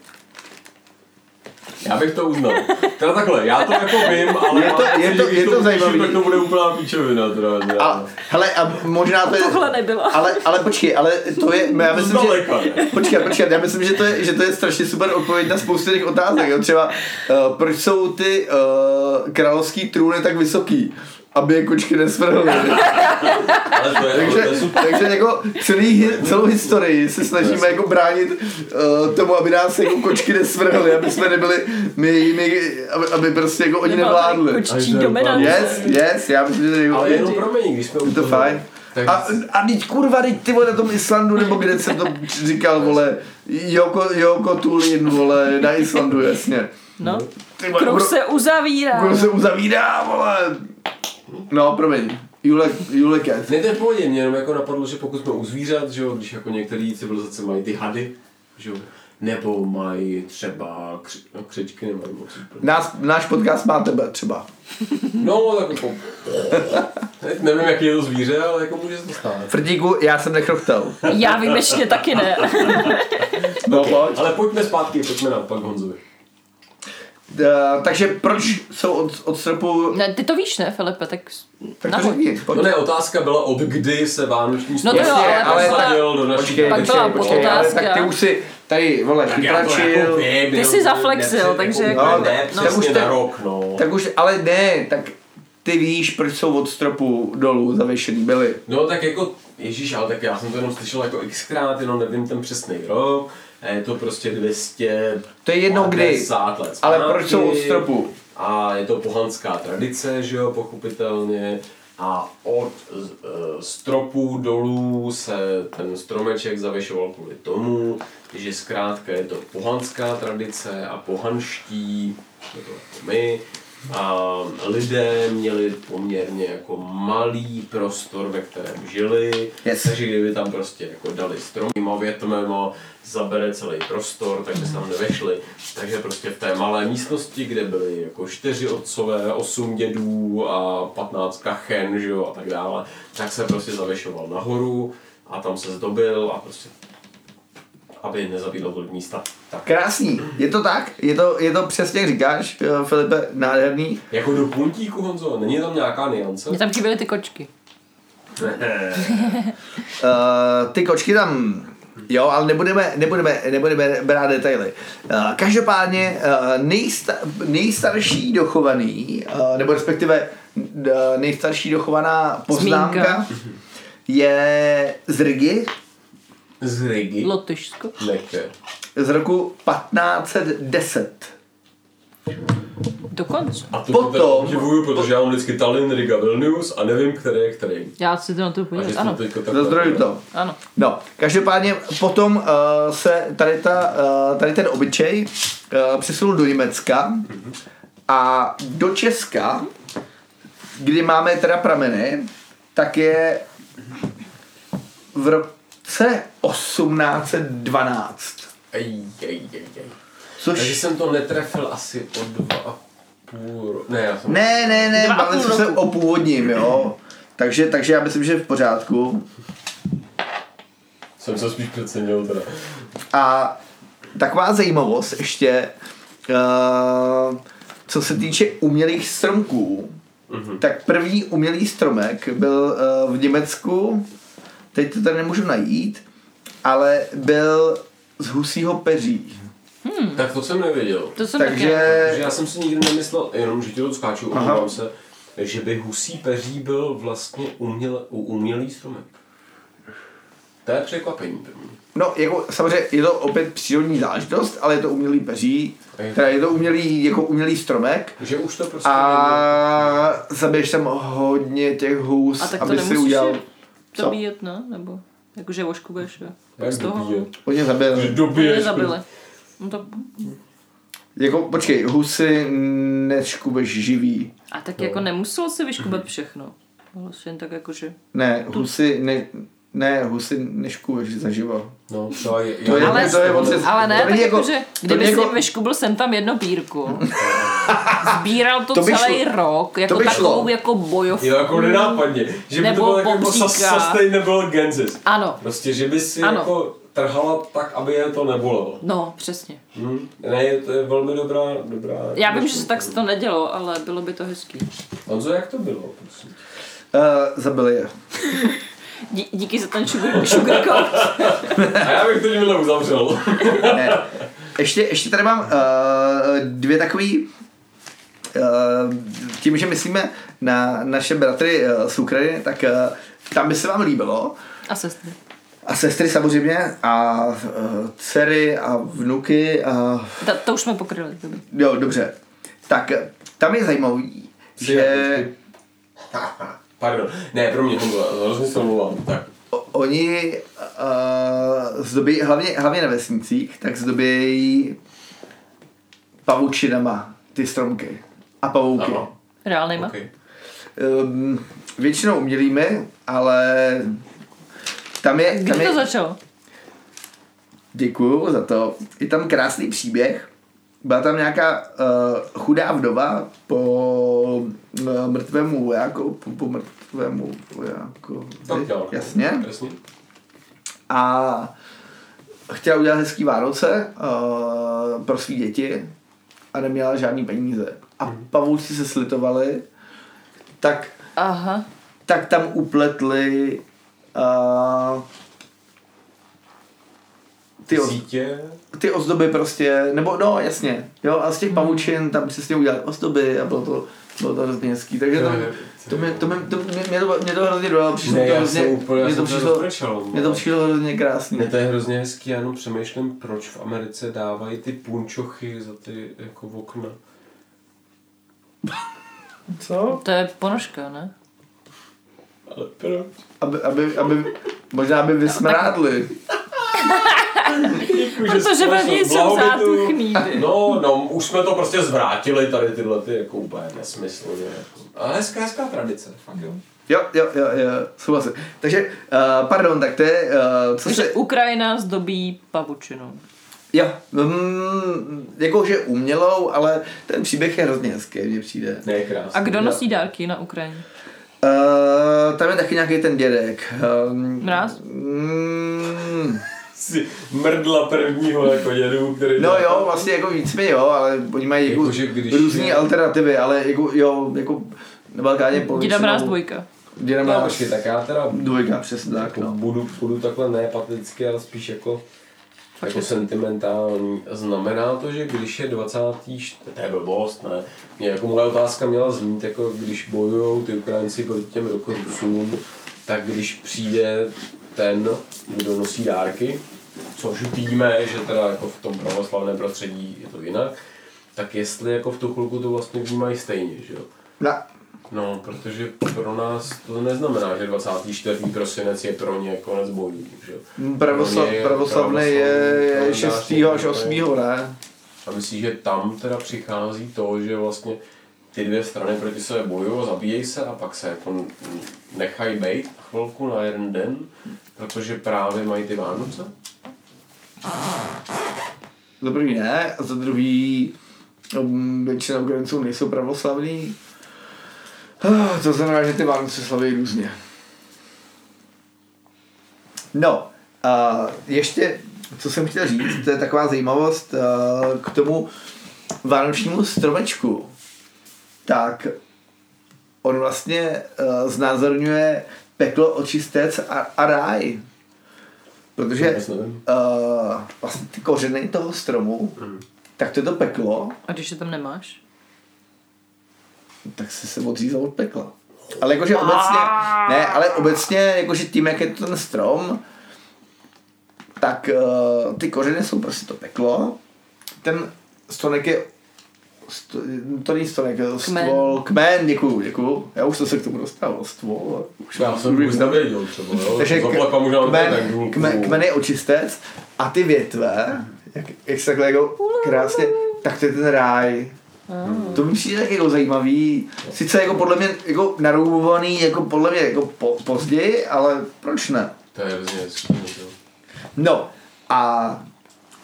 [SPEAKER 2] Já bych to uznal. Teda takhle, já to jako vím, ale
[SPEAKER 1] Je to-
[SPEAKER 2] mám
[SPEAKER 1] je
[SPEAKER 2] pocit,
[SPEAKER 1] to-
[SPEAKER 2] že když
[SPEAKER 1] je to
[SPEAKER 2] píšu,
[SPEAKER 1] zajímavý.
[SPEAKER 2] Tak to bude úplná píčovina teda.
[SPEAKER 1] A, hele, a možná to je...
[SPEAKER 3] Tohle nebylo.
[SPEAKER 1] Ale, ale počkej, ale to je, já myslím, že...
[SPEAKER 2] No Zdaleka ne.
[SPEAKER 1] Počkej, počkej, já myslím, že to je, že to je strašně super odpověď na spoustu těch otázek, jo? třeba uh, proč jsou ty uh, královský trůny tak vysoký, aby je kočky nesvrhly.
[SPEAKER 2] Ale to je,
[SPEAKER 1] Takže,
[SPEAKER 2] to je super.
[SPEAKER 1] takže jako celý, hi- celou historii se snažíme jako bránit uh, tomu, aby nás jako kočky nesvrhly, aby jsme nebyli my jimi, aby, aby prostě jako oni
[SPEAKER 3] Nebyla tady
[SPEAKER 1] nevládli.
[SPEAKER 3] Koččí
[SPEAKER 2] Až
[SPEAKER 3] dominance.
[SPEAKER 1] Yes, yes, já myslím, že jako
[SPEAKER 2] Ale jenom promiň, když jsme
[SPEAKER 1] je to fajn.
[SPEAKER 2] Tak,
[SPEAKER 1] A, a teď kurva, teď ty vole na tom Islandu, nebo kde jsem to říkal, vole, Joko, Joko Tulin, vole, na Islandu, jasně.
[SPEAKER 3] No,
[SPEAKER 1] Ty vole,
[SPEAKER 3] kruh
[SPEAKER 1] kdo-
[SPEAKER 3] se uzavírá.
[SPEAKER 1] kdo se uzavírá, vole. No, promiň, Jule, Jule Cat.
[SPEAKER 2] ne, to je v pohodě, mě jenom jako napadlo, že pokud jsme u zvířat, že jo, když jako některé civilizace mají ty hady, že jo, nebo mají třeba kři, no, křečky, nemají moc. úplně.
[SPEAKER 1] Nás, náš podcast má tebe třeba. Hmm.
[SPEAKER 2] No, tak jako... Teď nevím, jaký je to zvíře, ale jako může se to stát.
[SPEAKER 1] Frdíku, já jsem nechrochtal.
[SPEAKER 3] Já výjimečně taky ne.
[SPEAKER 1] No pojď.
[SPEAKER 2] Ale pojďme zpátky, pojďme naopak Honzovi.
[SPEAKER 1] eh, takže proč jsou od, od stropu...
[SPEAKER 3] Ne, ty to víš, ne, Filipe, tak,
[SPEAKER 1] Tak to
[SPEAKER 3] nahoj.
[SPEAKER 1] řekni, pojď.
[SPEAKER 2] No ne, otázka byla, od kdy se vánoční
[SPEAKER 3] No to jo,
[SPEAKER 2] strop
[SPEAKER 1] ale pak byla-
[SPEAKER 2] zasadil do naší
[SPEAKER 1] Počkej,
[SPEAKER 3] Pak byla
[SPEAKER 1] počkej, počkej, ale
[SPEAKER 3] otázka.
[SPEAKER 1] tak ty už si tady, vole,
[SPEAKER 2] Tak já to jako
[SPEAKER 1] vypračil.
[SPEAKER 2] vím,
[SPEAKER 3] Ty
[SPEAKER 2] jo,
[SPEAKER 3] jsi zaflexil,
[SPEAKER 2] nepři-
[SPEAKER 3] takže
[SPEAKER 2] jako,
[SPEAKER 1] jako-
[SPEAKER 2] no, ne,
[SPEAKER 1] no.
[SPEAKER 2] přesně
[SPEAKER 1] Už
[SPEAKER 2] už
[SPEAKER 1] to-
[SPEAKER 2] na rok, no.
[SPEAKER 1] Tak už, ale ne, tak ty víš, proč jsou od stropu dolů zavěšený byly.
[SPEAKER 2] No tak jako, ježíš, ale tak já jsem to jenom slyšel jako xkrát, jenom nevím ten přesný rok. A je to prostě 200...
[SPEAKER 1] To je jedno kdy.
[SPEAKER 2] 50 let
[SPEAKER 1] Ale
[SPEAKER 2] zpátky.
[SPEAKER 1] proč jsou od stropu?
[SPEAKER 2] A je to pohanská tradice, že jo, pochopitelně. A od e, stropu dolů se ten stromeček zavěšoval kvůli tomu, že zkrátka je to pohanská tradice a pohanští, to to jako my, a lidé měli poměrně jako malý prostor, ve kterém žili,
[SPEAKER 1] Yes.
[SPEAKER 2] takže kdyby tam prostě jako dali strom a větmema, zabere celý prostor, takže se tam nevešli. Takže prostě v té malé místnosti, kde byly jako čtyři otcové, osm dědů a patnáct kachen, že jo, a tak dále, tak se prostě zavěšoval nahoru a tam se zdobil a prostě aby nezabídl do místa. Tak.
[SPEAKER 1] Krásný, je to tak, je to, je to přesně jak říkáš, eh, Filipe, nádherný.
[SPEAKER 2] Jako do puntíku, Honzo, není tam nějaká niance?
[SPEAKER 3] mě tam chyběly ty kočky.
[SPEAKER 1] Uh, ty kočky tam, jo, ale nebudeme, nebudeme, nebudeme brát detaily. Uh, každopádně uh, nejsta, nejstarší dochovaný, uh, nebo respektive uh, nejstarší dochovaná poznámka
[SPEAKER 3] Zmínka.
[SPEAKER 1] je z Rigi
[SPEAKER 2] Z Rigi?
[SPEAKER 3] Lotyšsko.
[SPEAKER 2] Leker.
[SPEAKER 1] z roku 1510.
[SPEAKER 3] Dokonce.
[SPEAKER 2] A to
[SPEAKER 1] Potom-
[SPEAKER 2] Potom, živuju, protože já mám vždycky Tallinn, Riga, Vilnius a nevím, který je který.
[SPEAKER 3] Já si to na to
[SPEAKER 2] A že
[SPEAKER 3] podívám.
[SPEAKER 2] jsem
[SPEAKER 3] Ano,
[SPEAKER 2] teďko takhle-
[SPEAKER 1] Zazdroju to.
[SPEAKER 3] ano.
[SPEAKER 1] No, každopádně potom uh, se tady, ta, uh, tady ten obyčej uh, přesunul do Německa a do Česka, kdy máme teda prameny, tak je v roce 1812.
[SPEAKER 2] Ej, ej, ej, ej. Takže
[SPEAKER 1] Což...
[SPEAKER 2] jsem to netrefil asi o dva a půl ro- Ne, já jsem...
[SPEAKER 1] Ne, ne, ne,
[SPEAKER 3] Dva a
[SPEAKER 1] bavili
[SPEAKER 3] půl
[SPEAKER 1] jsme se
[SPEAKER 3] roku.
[SPEAKER 1] o původním, jo. Takže, takže já myslím, že je v pořádku.
[SPEAKER 2] Jsem se spíš přecenil teda.
[SPEAKER 1] A taková zajímavost ještě, uh, co se týče umělých stromků, tak první umělý stromek byl uh, v Německu, teď to tady nemůžu najít, ale byl z husího peří.
[SPEAKER 2] Tak to jsem nevěděl.
[SPEAKER 3] To jsem jako- Takže...
[SPEAKER 1] Takže
[SPEAKER 2] Takže já jsem si nikdy nemyslel, jenom že ti to skáču,
[SPEAKER 1] Aha.
[SPEAKER 2] omlouvám se, že by husí peří byl vlastně uměle, u- umělý stromek. To je překvapení pro mě.
[SPEAKER 1] No, jako, samozřejmě je to opět přírodní záležitost, ale je to umělý peří,
[SPEAKER 2] Je.
[SPEAKER 1] teda je to umělý, jako umělý stromek
[SPEAKER 2] Že už to prostě není-
[SPEAKER 1] a zabiješ tam hodně těch hus,
[SPEAKER 3] A tak to
[SPEAKER 1] aby si
[SPEAKER 3] nemusíš
[SPEAKER 1] udělal...
[SPEAKER 3] je
[SPEAKER 1] Co?
[SPEAKER 3] Zabíjet, ne? Nebo jakože oškubeš, jo?
[SPEAKER 2] Jak
[SPEAKER 3] Z toho?
[SPEAKER 2] dobíjet?
[SPEAKER 1] Hodně zabiješ.
[SPEAKER 2] Že
[SPEAKER 3] Mě
[SPEAKER 2] dobíješ.
[SPEAKER 3] nezabili. No to...
[SPEAKER 1] Jako, počkej, husy neškubeš živý.
[SPEAKER 3] A tak jako nemuselo se vyškubat všechno. Ale jen tak jakože...
[SPEAKER 1] Ne, husy ne, ne, husy neškubeš zaživo.
[SPEAKER 2] No, třeba je,
[SPEAKER 1] To je-
[SPEAKER 2] já-
[SPEAKER 3] Ale,
[SPEAKER 1] to je moc-
[SPEAKER 3] ale ne,
[SPEAKER 1] to není
[SPEAKER 3] tak
[SPEAKER 1] jako-
[SPEAKER 3] jako, že
[SPEAKER 1] to
[SPEAKER 3] kdyby
[SPEAKER 1] není
[SPEAKER 3] jako,
[SPEAKER 1] jako-
[SPEAKER 3] si vyškubl jsem tam jedno pírku, sbíral to,
[SPEAKER 1] To by
[SPEAKER 3] celý
[SPEAKER 1] šlo.
[SPEAKER 3] rok, jako
[SPEAKER 1] by šlo.
[SPEAKER 3] takovou jako bojovku.
[SPEAKER 2] Jo, jako nenápadně. Že by to
[SPEAKER 3] Nebo
[SPEAKER 2] bylo jako jako
[SPEAKER 3] bobříka.
[SPEAKER 2] sus- sustainable Gensis.
[SPEAKER 3] Ano,
[SPEAKER 2] Prostě, že by si
[SPEAKER 3] Ano.
[SPEAKER 2] jako trhala tak, aby je to nebolelo.
[SPEAKER 3] no, přesně.
[SPEAKER 2] Hm? Ne, je- to je velmi dobrá, dobrá.
[SPEAKER 3] Já vím, že se tak se to nedělo, ale bylo by to hezký.
[SPEAKER 2] Honzo, jak to bylo? Prosím?
[SPEAKER 1] Uh, zabili je.
[SPEAKER 3] Dí, díky za ten sugar, sugar coat.
[SPEAKER 2] A já bych to tímhle uzavřel.
[SPEAKER 1] Ne. Ještě, ještě tady mám uh, dvě takový uh, tím, že myslíme na naše bratry uh, z Ukrajiny, tak uh, tam by se vám líbilo,
[SPEAKER 3] A sestry.
[SPEAKER 1] a sestry samozřejmě, a uh, dcery a vnuky a
[SPEAKER 3] Ta, to už jsme pokryli. dobrý.
[SPEAKER 1] Jo, dobře. Tak eh, tam je zajímavý, že
[SPEAKER 2] Pardon. Ne, pro mě to bylo, hrozně se omlouvám. Tak.
[SPEAKER 1] o- oni uh, zdobí, hlavně, hlavně na vesnicích, tak zdobí pavučinama ty stromky a pavouky.
[SPEAKER 2] Ano.
[SPEAKER 3] Reálnejma. Okay.
[SPEAKER 2] Okay.
[SPEAKER 1] Um, většinou umělými, ale tam je...
[SPEAKER 3] Kdy
[SPEAKER 1] Tam je
[SPEAKER 3] to začalo?
[SPEAKER 1] Děkuju za to. Je tam krásný příběh. Byla tam nějaká uh, chudá vdova po uh, mrtvému vojáku, po, po mrtvému vojáku.
[SPEAKER 2] Tak dělal.
[SPEAKER 1] Jasně.
[SPEAKER 2] Jasně.
[SPEAKER 1] A chtěla udělat hezký Vánoce uh, pro své eh, děti. A a neměla žádný peníze. A
[SPEAKER 2] Mhm.
[SPEAKER 1] pavouci se slitovali, tak,
[SPEAKER 3] Aha.
[SPEAKER 1] tak tam upletli uh, ty, oz,
[SPEAKER 2] Sítě.
[SPEAKER 1] ty ozdoby prostě, nebo no jasně, jo, a z
[SPEAKER 2] Mhm.
[SPEAKER 1] těch pavučin tam přesně udělali ozdoby a bylo to, bylo to hrozně hezký, takže tam, to mě, to mě, to mě, mě, to, mě to hrozně dojalo, přišlo
[SPEAKER 2] Ne,
[SPEAKER 1] mě to
[SPEAKER 2] já
[SPEAKER 1] hrozně,
[SPEAKER 2] jsem úplně, já
[SPEAKER 1] mě to
[SPEAKER 2] jsem
[SPEAKER 1] přišlo,
[SPEAKER 2] rozbrečel,
[SPEAKER 1] mě to
[SPEAKER 2] vole.
[SPEAKER 1] přišlo hrozně krásný.
[SPEAKER 2] Ne, to je hrozně hezký, já jenom přemýšlím, proč v Americe dávají ty punčochy za ty jako okna.
[SPEAKER 1] Co?
[SPEAKER 3] To je ponožka, ne?
[SPEAKER 2] Ale proč?
[SPEAKER 1] Aby, aby, aby, možná by vysmrádli.
[SPEAKER 2] Děkuji,
[SPEAKER 3] Protože ve mně jsou zátuchný. ty.
[SPEAKER 2] No, no, už jsme to prostě zvrátili tady tyhle ty jako úplně nesmysly. Ale hezká, hezká tradice, fakt jo.
[SPEAKER 1] Jo, jo, jo, jo, souhlasím. Takže, uh, pardon, tak to je, uh, co
[SPEAKER 3] Takže
[SPEAKER 1] se,
[SPEAKER 3] Ukrajina zdobí pavučinu.
[SPEAKER 1] jo, mm, jakože umělou, ale ten příběh je hrozně hezký, mně přijde.
[SPEAKER 2] Ne, je krásný.
[SPEAKER 3] A kdo nosí dárky na Ukrajině?
[SPEAKER 1] Uh, tam je taky nějaký ten dědek. Um,
[SPEAKER 3] Mráz?
[SPEAKER 1] Mm,
[SPEAKER 2] Si mrdla prvního jako dědu, který...
[SPEAKER 1] no jo, vlastně jako víc mi jo, ale oni mají jako,
[SPEAKER 2] Jakože když
[SPEAKER 1] různé
[SPEAKER 2] je-
[SPEAKER 1] alternativy, ale jako jo, jako na Balkáně
[SPEAKER 3] Děda Mráz dvojka.
[SPEAKER 1] Děda
[SPEAKER 2] No,
[SPEAKER 1] no, Mráz
[SPEAKER 2] počkej, tak já teda
[SPEAKER 1] dvojka, přesně tak,
[SPEAKER 2] jako
[SPEAKER 1] no.
[SPEAKER 2] budu, budu takhle ne pateticky, ale spíš jako jako sentimentální. Znamená to, že když je 20. št- to je blbost, ne? Mě jako moje otázka měla znít, jako když bojují ty Ukrajinci proti těm Rusům, tak když přijde ten, kdo nosí dárky, což víme, že teda jako v tom pravoslavném prostředí je to jinak, tak jestli jako v tu chvilku to vlastně vnímají stejně, že jo?
[SPEAKER 1] Na,
[SPEAKER 2] No, protože pro nás to neznamená, že 24. prosinec je pro ně konec bojů, že jo?
[SPEAKER 1] Pravoslav,
[SPEAKER 2] Pro ně
[SPEAKER 1] pravoslavný je, je 6. až 8.
[SPEAKER 2] kalendářní,
[SPEAKER 1] ne?
[SPEAKER 2] A myslím, že tam teda přichází to, že vlastně ty dvě strany proti sebe bojují, zabíjejí se a pak se jako nechají bejt chvilku na jeden den, protože právě mají ty Vánoce.
[SPEAKER 1] Za prvý ne, a za druhý um, většina Ukrajinců nejsou pravoslavní. Ah, To znamená, že ty Vánoce slaví různě. No, a ještě, co jsem chtěl říct, to je taková zajímavost a, k tomu vánočnímu stromečku. Tak on vlastně uh, znázorňuje peklo, očistec a, a ráj. Protože
[SPEAKER 2] Vůbec nevím.
[SPEAKER 1] uh, vlastně ty kořeny toho stromu,
[SPEAKER 2] Mhm.
[SPEAKER 1] tak to je to peklo,
[SPEAKER 3] A když je tam nemáš?
[SPEAKER 1] tak se se odřízal od pekla. Ale jakože obecně, ne, ale obecně, jakože tím, jak je to ten strom, tak uh, ty kořeny jsou prostě to peklo, ten stonek je sto, to není stonek,
[SPEAKER 3] Kmen.
[SPEAKER 1] stvol, kmen, děkuju, děkuju. Já už jsem se k tomu dostal, stvol. Už
[SPEAKER 2] Já jsem vůbec nevěděl třeba, jo?
[SPEAKER 1] Takže
[SPEAKER 2] Zaplaka možná
[SPEAKER 1] kmen,
[SPEAKER 2] tak důlku.
[SPEAKER 1] kmen, kmen je očistec a ty větve, jak, jak se takhle jako krásně, tak to je ten ráj. To mi přijde tak jako zajímavý, sice jako podle mě jako naroubovaný, jako podle mě jako po, později, ale proč ne?
[SPEAKER 2] To je hrozně hezký, jo.
[SPEAKER 1] No a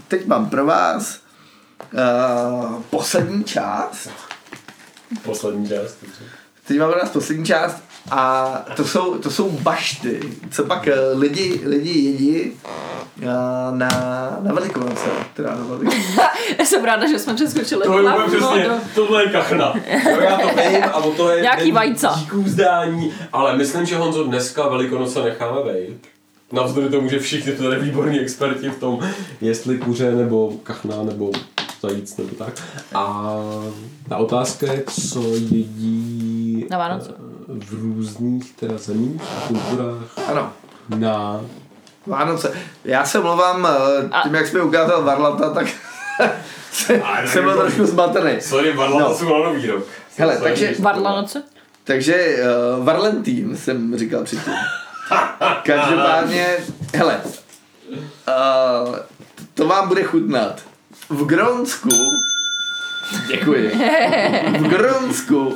[SPEAKER 1] teď mám pro vás uh, poslední část.
[SPEAKER 2] Poslední část. takže.
[SPEAKER 1] Teď máme nás poslední část a to jsou, to jsou bašty, co pak eh, lidi, lidi jedí eh, na, na Velikonoce, teda na Velikonoce.
[SPEAKER 3] Já jsem ráda, že jsme přeskočili
[SPEAKER 2] To je
[SPEAKER 3] plavno
[SPEAKER 2] úplně přesně,
[SPEAKER 3] do-
[SPEAKER 2] tohle je kachna. Jo, já to vím a o to je
[SPEAKER 3] Nějaký
[SPEAKER 2] není
[SPEAKER 3] vajca.
[SPEAKER 2] díků vzdání, ale myslím, že Honzo dneska Velikonoce necháme vejít. Navzdory tomu, že všichni to tady výborní experti v tom, jestli kuře nebo kachna nebo zajíc nebo tak. A ta otázka je, co jedí
[SPEAKER 3] Na Vánoce.
[SPEAKER 2] eh, v různých teda zemích a kulturách
[SPEAKER 1] Ano,
[SPEAKER 2] na...
[SPEAKER 1] Vánoce. Já se mluvám, eh, tím jak jsi mi ukázal Varlata, tak se-
[SPEAKER 2] Ale
[SPEAKER 1] jsem byl
[SPEAKER 2] jako-
[SPEAKER 1] trošku zmatený.
[SPEAKER 2] Sorry, varla
[SPEAKER 1] No.
[SPEAKER 2] no. jsou na nový rok.
[SPEAKER 1] Hele, takže-
[SPEAKER 3] Varla noce?
[SPEAKER 1] Takže uh, Varlentín jsem říkal předtím. Každopádně, hele, uh, to vám bude chutnat. V Gronsku, děkuji, v Gronsku,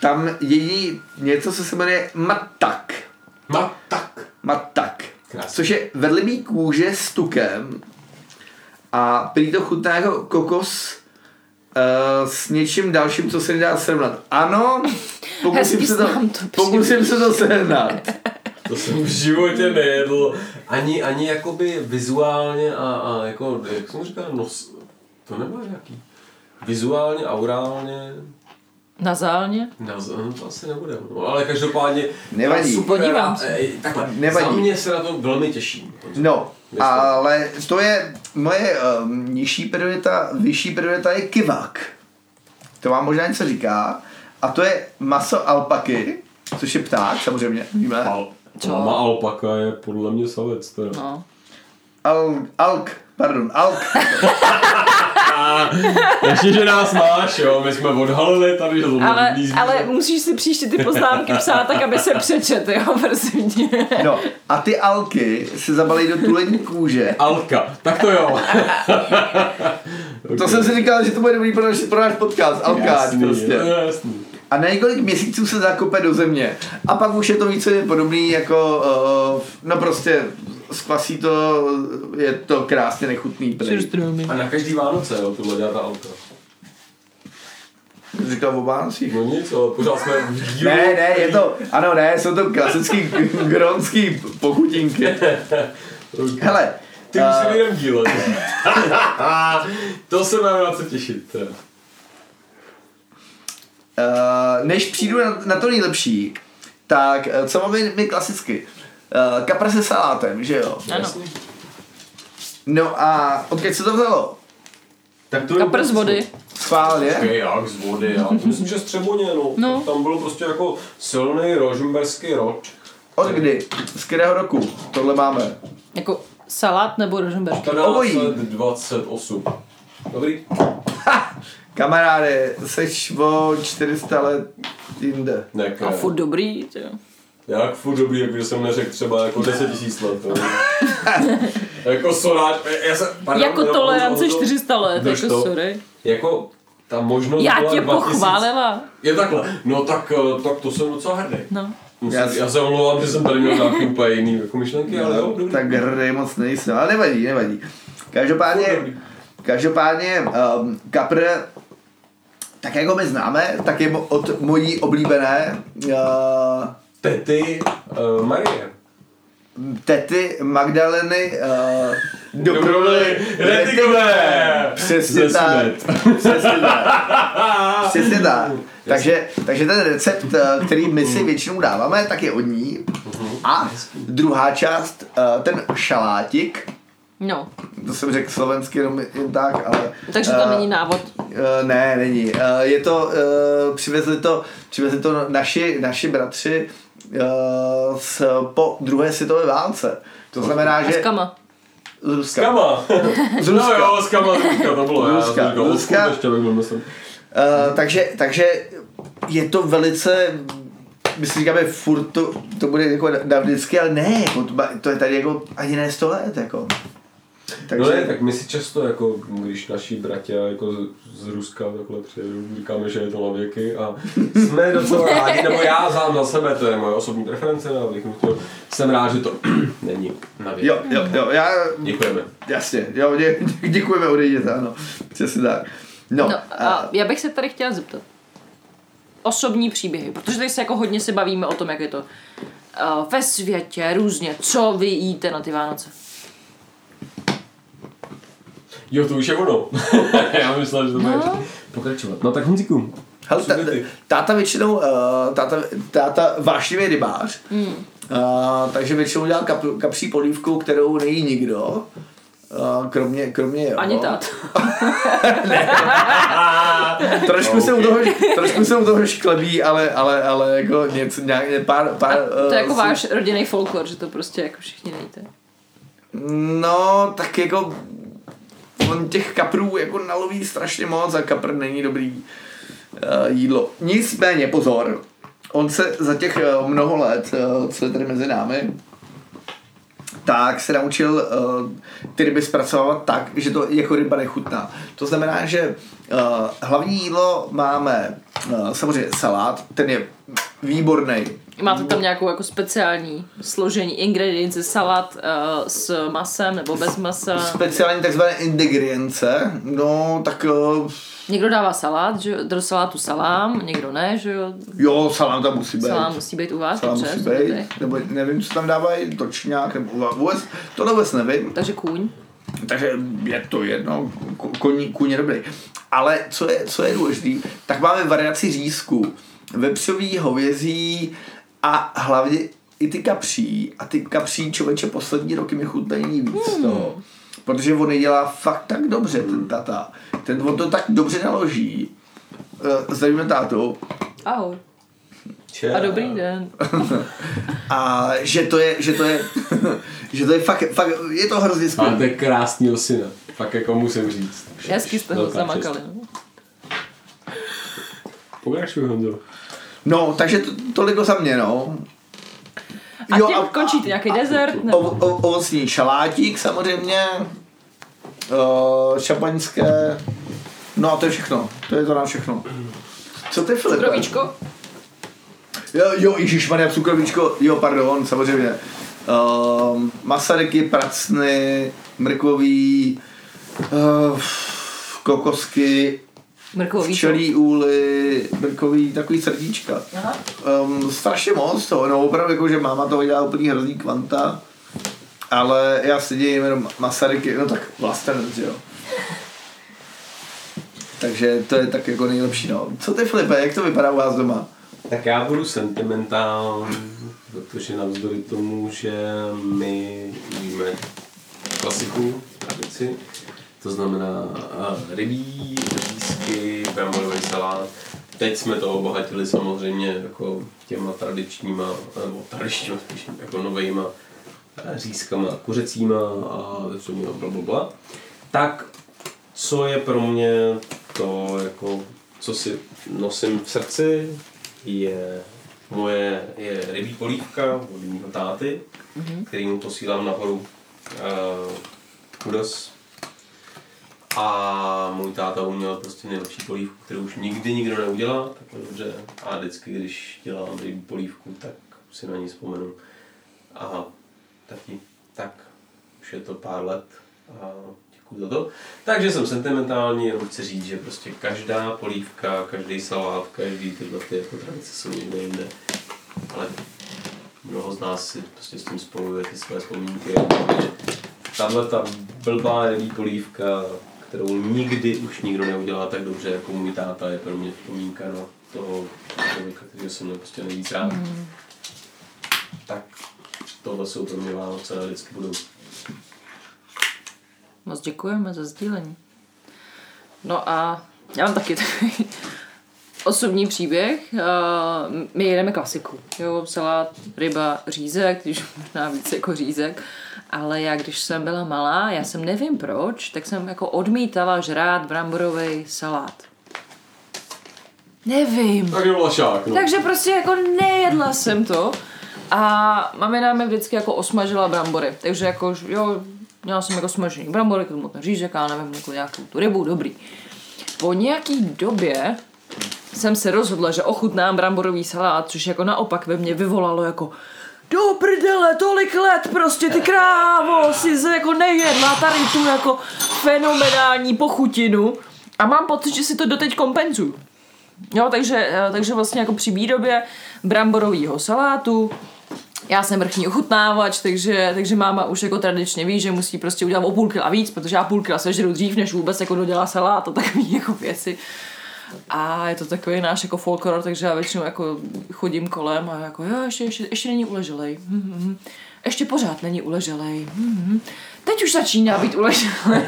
[SPEAKER 1] tam jedí něco, co se jmenuje matak.
[SPEAKER 2] No, tak.
[SPEAKER 1] Matak.
[SPEAKER 2] Krásný.
[SPEAKER 1] Což je vedlivý kůže s tukem. A prý to chutná jako kokos uh, s něčím dalším, co se nedá sehnat. Ano, pokusím
[SPEAKER 3] Hezky
[SPEAKER 1] se to,
[SPEAKER 3] znám to
[SPEAKER 1] pokusím se to sehnat.
[SPEAKER 2] To jsem v životě nejedl. Ani, ani jakoby vizuálně a, a jako, jak jsem říkal, nos, to nemá nějaký Vizuálně, aurálně,
[SPEAKER 3] Nazálně?
[SPEAKER 2] na, no to asi nebude, no, ale každopádně...
[SPEAKER 1] Nevadí.
[SPEAKER 2] super-
[SPEAKER 3] Podívám se.
[SPEAKER 2] eh, Takhle,
[SPEAKER 1] Nevadí.
[SPEAKER 2] Nevadí. za mě se na to velmi těším.
[SPEAKER 1] No,
[SPEAKER 2] Myslím.
[SPEAKER 1] ale to je moje um, nižší priorita, vyšší priorita je kivák. To vám možná něco říká. A to je maso alpaky, což je pták, samozřejmě, víme.
[SPEAKER 2] Al,
[SPEAKER 3] Co?
[SPEAKER 2] Mama alpaka je podle mě savec, teda. No.
[SPEAKER 3] No.
[SPEAKER 1] Al, alk, pardon, alk.
[SPEAKER 2] Ještě, že nás máš, jo, my jsme odhalili tady, že to bylo
[SPEAKER 3] Ale,
[SPEAKER 2] divný zvíře.
[SPEAKER 3] ale musíš si příště ty poznámky psát tak, aby se přečet, jo, prosím tě.
[SPEAKER 1] No, a ty alky se zabalí do tulení kůže.
[SPEAKER 2] Alka, tak to jo.
[SPEAKER 1] To jsem si říkal, že to bude dobrý pro, naš, pro náš podcast, alkáč
[SPEAKER 2] Jasný,
[SPEAKER 1] prostě.
[SPEAKER 2] jo, jasný.
[SPEAKER 1] A na několik měsíců se zakope do země. A pak už je to více podobný jako, uh, no prostě, skvasí to, je to krásně nechutný prý.
[SPEAKER 2] A na každý Vánoce, jo, tohle dělá ta alka.
[SPEAKER 1] Říkal o Vánocích.
[SPEAKER 2] No nic, ale pořád jsme v dílu.
[SPEAKER 1] Ne, ne, je to, ano, ne, jsou to klasický gronský pochutinky. Hele, eh,
[SPEAKER 2] Ty
[SPEAKER 1] a-
[SPEAKER 2] už jsi v jiném díle. to se máme na co těšit. teda.
[SPEAKER 1] Eh, než přijdu na, na to nejlepší, tak eh, co máme my klasicky? Uh, kapra se salátem, že jo?
[SPEAKER 3] Ano.
[SPEAKER 1] No a odkud se to vzalo?
[SPEAKER 2] Tak to je
[SPEAKER 3] Kapr z vody.
[SPEAKER 1] Schválně?
[SPEAKER 2] Hej, jak z vody, já to myslím, že z Třeboně, no.
[SPEAKER 3] No.
[SPEAKER 2] Tam byl prostě jako silný rožumberský rod.
[SPEAKER 1] Od kdy? Z kterého roku? Tohle máme.
[SPEAKER 3] Jako salát nebo rožemberky.
[SPEAKER 2] Teda
[SPEAKER 1] Obojí.
[SPEAKER 2] 28. Dobrý.
[SPEAKER 1] Kamaráde, seš o 400 let jinde.
[SPEAKER 2] Ne,
[SPEAKER 3] A
[SPEAKER 2] ne.
[SPEAKER 3] furt dobrý, jo.
[SPEAKER 2] eh, Jak furt dobrý, jakože jsem neřekl třeba jako 10 tisíc let. jo. jako soráč, já jsem... pardon,
[SPEAKER 3] Jako
[SPEAKER 2] jenom
[SPEAKER 3] tolerance
[SPEAKER 2] ono to-
[SPEAKER 3] 400 let,
[SPEAKER 2] Drž
[SPEAKER 3] jako
[SPEAKER 2] to.
[SPEAKER 3] sorry.
[SPEAKER 2] Jako ta možnost
[SPEAKER 3] Já
[SPEAKER 2] byla
[SPEAKER 3] tě
[SPEAKER 2] 2000.
[SPEAKER 3] pochválila.
[SPEAKER 2] Je takhle, no tak, eh, tak to jsem docela hrdý.
[SPEAKER 3] No.
[SPEAKER 2] Musím,
[SPEAKER 1] Já si-
[SPEAKER 2] já se omlouvám, že jsem tady měl nějaký úplně jiný jako myšlenky, ale jo, dobrý.
[SPEAKER 1] tak hrdý moc nejsem, ale nevadí, nevadí. Každopádně, každopádně um, kapr, tak jak ho my známe, tak je mo- od mojí oblíbené uh,
[SPEAKER 2] Tety uh, Marie.
[SPEAKER 1] tety Magdaleny uh,
[SPEAKER 2] Dobroli Retikové!
[SPEAKER 1] Přesně
[SPEAKER 2] Ze
[SPEAKER 1] tak.
[SPEAKER 2] Sudet.
[SPEAKER 1] Přesně tak. Přesně tak. Takže, takže ten recept, eh, který my si většinou dáváme, tak je od ní. A druhá část, eh, ten šalátik,
[SPEAKER 3] No,
[SPEAKER 1] to jsem řekl slovensky jenom jen tak, ale...
[SPEAKER 3] takže tam
[SPEAKER 1] eh,
[SPEAKER 3] není návod.
[SPEAKER 1] Eh, ne, není. Eh, je to, eh, přivezli to, přivezli to naši, naši bratři eh, z, po druhé světové válce. To znamená, že...
[SPEAKER 3] S kama.
[SPEAKER 1] Z Ruska.
[SPEAKER 2] Skama.
[SPEAKER 1] Z
[SPEAKER 2] No
[SPEAKER 1] Ruska.
[SPEAKER 2] jo, skama, Zuzka, to bylo.
[SPEAKER 1] Zuzka,
[SPEAKER 2] Já, Zuzka,
[SPEAKER 1] Zuzka.
[SPEAKER 2] Zuzka. Ještě, bych byl myslel.
[SPEAKER 1] Eh, takže, takže je to velice my si říkáme furt to, to bude jako navždycky, ale ne, jako to, ba- to je tady jako ani ne 100 let, jako.
[SPEAKER 2] No ne, tak my si často, jako, když naši bratě jako z, z Ruska takhle přijedou, říkáme, že je to na věky a jsme docela rádi, nebo já sám za sebe, to je moje osobní preference, ale bych chtěl, jsem rád, že to není na věky.
[SPEAKER 1] Jo, jo, jo, já,
[SPEAKER 2] Děkujeme.
[SPEAKER 1] jasně, jo, dě, děkujeme, odejděte, ano, přesně tak. No,
[SPEAKER 3] No, a já bych se tady chtěla zeptat. Osobní příběhy, protože tady se jako hodně se bavíme o tom, jak je to eh, ve světě různě, co vy jíte na ty Vánoce.
[SPEAKER 2] Jo, to už je ono. já myslel, že to bude
[SPEAKER 3] No.
[SPEAKER 2] pokračovat. No tak Honziku,
[SPEAKER 1] Hele, ta,
[SPEAKER 2] Sudety.
[SPEAKER 1] táta většinou, uh, táta, táta vášnivý rybář, mm.
[SPEAKER 3] Hmm.
[SPEAKER 1] uh, takže většinou dělal kap, kapří polívku, kterou nejí nikdo, uh, kromě, kromě jeho.
[SPEAKER 3] Ani tát.
[SPEAKER 1] Trošku, se u toho, trošku se u toho šklebí, ale, ale, ale jako něco, nějak, pár, pár...
[SPEAKER 3] To
[SPEAKER 1] eh,
[SPEAKER 3] je jako
[SPEAKER 1] sů-
[SPEAKER 3] váš rodinný folklor, že to prostě jako všichni nejíte.
[SPEAKER 1] No, tak jako on těch kaprů jako naloví strašně moc a kapr není dobrý eh, jídlo. Nicméně, pozor, on se za těch eh, mnoho let, eh, co je tady mezi námi, tak se naučil eh, ty ryby zpracovávat tak, že to jako ryba nechutná. To znamená, že eh, hlavní jídlo máme eh, samozřejmě salát, ten je výborný.
[SPEAKER 3] Máte tam nějakou jako speciální složení ingredience, salát uh, s masem nebo bez masa.
[SPEAKER 1] Speciální takzvané ingredience, no tak eh,
[SPEAKER 3] Někdo dává salát, že jo, do salátu salám, někdo ne, že jo.
[SPEAKER 1] Jo, salám tam musí být.
[SPEAKER 3] Salám musí být u vás,
[SPEAKER 1] Salám
[SPEAKER 3] dobře,
[SPEAKER 1] musí
[SPEAKER 3] dobře.
[SPEAKER 1] být. Nebo nevím, co tam dávají, točňák, nebo vůbec, tohle vůbec nevím.
[SPEAKER 3] Takže kůň.
[SPEAKER 1] takže je to jedno, ku- koní, kůň je dobrý. Ale co je, co je důležité, tak máme variaci řízku, vepřový, hovězí a hlavně i ty kapří. A ty kapří člověče poslední roky mi chutnají
[SPEAKER 3] Hmm.
[SPEAKER 1] nejvíc z toho. Protože on je dělá fakt tak dobře, ten tata. Ten, on to tak dobře naloží. Eh, Zdravíme tátu.
[SPEAKER 3] Ahoj.
[SPEAKER 2] Čau.
[SPEAKER 3] A dobrý den.
[SPEAKER 1] A že to je, že to je, že to je fakt, fakt je to hrozně
[SPEAKER 2] Ale to
[SPEAKER 1] skvělé.
[SPEAKER 2] je krásný syna. Fakt jako musím říct.
[SPEAKER 3] Hezky jste ho
[SPEAKER 2] Velká
[SPEAKER 3] zamakali.
[SPEAKER 2] čest.
[SPEAKER 3] no.
[SPEAKER 2] Pokračuj, Honzo.
[SPEAKER 1] No, takže to, toliko za mě, no.
[SPEAKER 3] A tím končíte nějaký desert?
[SPEAKER 1] O,
[SPEAKER 3] Nebo...
[SPEAKER 1] o, ovocný šalátík samozřejmě, uh, šampaňské, no a to je všechno, to je to na všechno. Co ty, Filip?
[SPEAKER 3] Krovíčko?
[SPEAKER 1] Jo, jo ježišmarja, cukrovičko, jo, pardon, samozřejmě. Uh, masaryky, pracny, mrkový, uh, kokosky,
[SPEAKER 3] Mrkový.
[SPEAKER 1] včelí úly, mrkový, takový srdíčka.
[SPEAKER 3] Aha.
[SPEAKER 1] Um, strašně moc toho, no opravdu jako, že máma toho dělá úplně hrozný kvanta, ale já si dělím jenom Masaryky, no tak vlastenec, jo. Takže to je tak jako nejlepší, no. Co ty, Filipe, jak to vypadá u vás doma?
[SPEAKER 2] Tak já budu sentimentální, protože navzdory tomu, že my víme klasiku, tradici, to znamená eh, rybí, rybísky, bramborový salát. Teď jsme to obohatili samozřejmě jako těma tradičníma, nebo tradičníma spíš jako novejma eh, řízkama, kuřecíma a co mělo bla, bla, bla. Tak co je pro mě to, jako, co si nosím v srdci, je moje je rybí polívka od mýho táty, mm-hmm. který mu posílám nahoru uh, kudos. A můj táta uměl prostě nejlepší polívku, kterou už nikdy nikdo neudělá, tak dobře. A vždycky, když dělám rybí polívku, tak si na ní vzpomenu. A taky, tak už je to pár let a děkuji za to. Takže jsem sentimentální, jenom chci říct, že prostě každá polívka, každý salát, každý tyhle ty jako tradice jsou někde jinde. Ale mnoho z nás si prostě s tím spojuje ty své vzpomínky. Tahle ta blbá rybí polívka, kterou nikdy už nikdo neudělá tak dobře, jako můj táta, je pro mě vzpomínka na toho člověka, kterého jsem měl prostě nejvíc rád. Mm. Tak tohle jsou pro mě Vánoce a vždycky budou.
[SPEAKER 3] Moc děkujeme za sdílení. No a já mám taky takový osobní příběh. Eh, My jedeme klasiku. Jo, salát, ryba, řízek, když možná víc jako řízek. Ale já, když jsem byla malá, já jsem nevím proč, tak jsem jako odmítala žrát bramborový salát. Nevím.
[SPEAKER 2] Tak je vlašák, no.
[SPEAKER 3] Takže prostě jako nejedla jsem to. A mamina mi vždycky jako osmažila brambory. Takže jako, jo, měla jsem jako smažený brambory, k tomu ten řízek, a nevím, jako nějakou tu rybu, dobrý. Po nějaký době jsem se rozhodla, že ochutnám bramborový salát, což jako naopak ve mně vyvolalo jako do prdele, tolik let prostě, ty krávo, si se jako nejedla tady tu jako fenomenální pochutinu. A mám pocit, že si to doteď kompenzuju. Jo, takže, eh, takže vlastně jako při výrobě bramborového salátu já jsem vrchní ochutnávač, takže, takže máma už jako tradičně ví, že musí prostě udělat o půl kila víc, protože já půl kila sežeru dřív, než vůbec jako dodělá salát a takový jako věci. A je to takový náš jako folklor, takže já většinou jako chodím kolem a jako jo, ještě, ještě, ještě není uleželej. Hm, hm, hm. Ještě pořád není uleželej. Hm, hm. Teď už začíná být uleželej.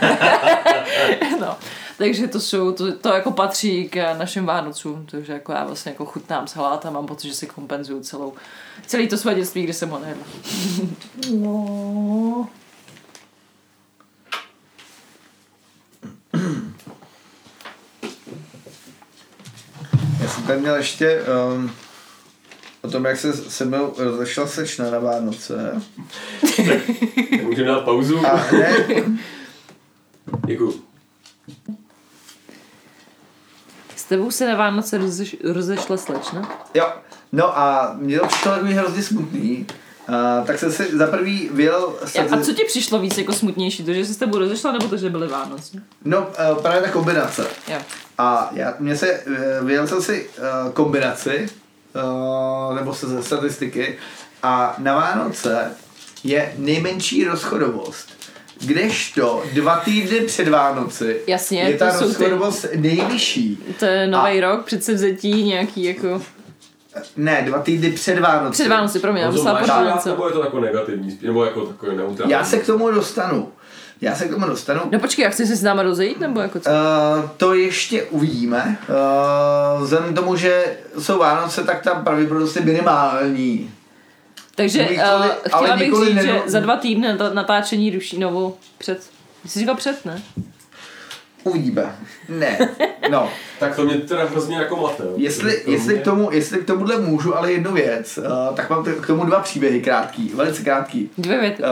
[SPEAKER 3] no. Takže to jsou, to, to jako patří k našim Vánocům, takže jako já vlastně jako chutnám salát a mám pocit, že si kompenzuju celou, celý to své dětství, kdy jsem ho nejedla. no.
[SPEAKER 1] Já jsem tam měl ještě um, o tom, jak se se mnou rozešla sečna na Vánoce.
[SPEAKER 2] Můžeme dát pauzu?
[SPEAKER 1] A ne,
[SPEAKER 2] Děkuju.
[SPEAKER 3] S tebou se na Vánoce rozeš, rozešla slečna?
[SPEAKER 1] Jo, no a mě to přišlo takový hrozně smutný. Uh, tak jsem si za prvý vyjel... se-
[SPEAKER 3] A co ti přišlo víc jako smutnější, to, že se s tebou rozešla, nebo to, že byly Vánoce?
[SPEAKER 1] No, uh, právě ta kombinace.
[SPEAKER 3] Jo.
[SPEAKER 1] A já, mě se, eh, vyjel jsem si eh, kombinaci, eh, nebo se ze statistiky, a na Vánoce je nejmenší rozchodovost Kdežto dva týdny před Vánoci
[SPEAKER 3] Jasně,
[SPEAKER 1] je
[SPEAKER 3] to
[SPEAKER 1] ta
[SPEAKER 3] jsou ty-
[SPEAKER 1] rozchodnost nejvyšší.
[SPEAKER 3] To je nový rok, předsevzetí nějaký jako...
[SPEAKER 1] Ne, dva týdny před Vánoci.
[SPEAKER 3] Před Vánoci, promiň, já
[SPEAKER 2] Honzo,
[SPEAKER 3] myslela
[SPEAKER 2] máš
[SPEAKER 3] pod
[SPEAKER 2] rád,
[SPEAKER 3] Vánoce.
[SPEAKER 2] Nebo je to jako negativní, spíš, nebo jako takový neutrální?
[SPEAKER 1] Já se k tomu dostanu. Já se k tomu dostanu.
[SPEAKER 3] No počkej, jak chci se s náma rozejít, nebo jako co?
[SPEAKER 1] Uh, to ještě uvidíme. Uh, vzhledem k tomu, že jsou Vánoce, tak tam pravděpodobnost je minimální.
[SPEAKER 3] Takže
[SPEAKER 1] nikoli-
[SPEAKER 3] uh,
[SPEAKER 1] ale
[SPEAKER 3] chtěla bych
[SPEAKER 1] nikoli
[SPEAKER 3] říct, že
[SPEAKER 1] neno-
[SPEAKER 3] za dva týdny nata- natáčení Rušínovu před... Jsi říkal před, ne?
[SPEAKER 1] Uvidíme. Ne. No.
[SPEAKER 2] Tak to mě teda hrozně jako mate. jo.
[SPEAKER 1] Jestli, jestli, k tomu, jestli k tomuhle můžu, ale jednu věc, uh, tak mám t- k tomu dva příběhy krátký, velice krátký.
[SPEAKER 3] Dvě věty.
[SPEAKER 1] Uh,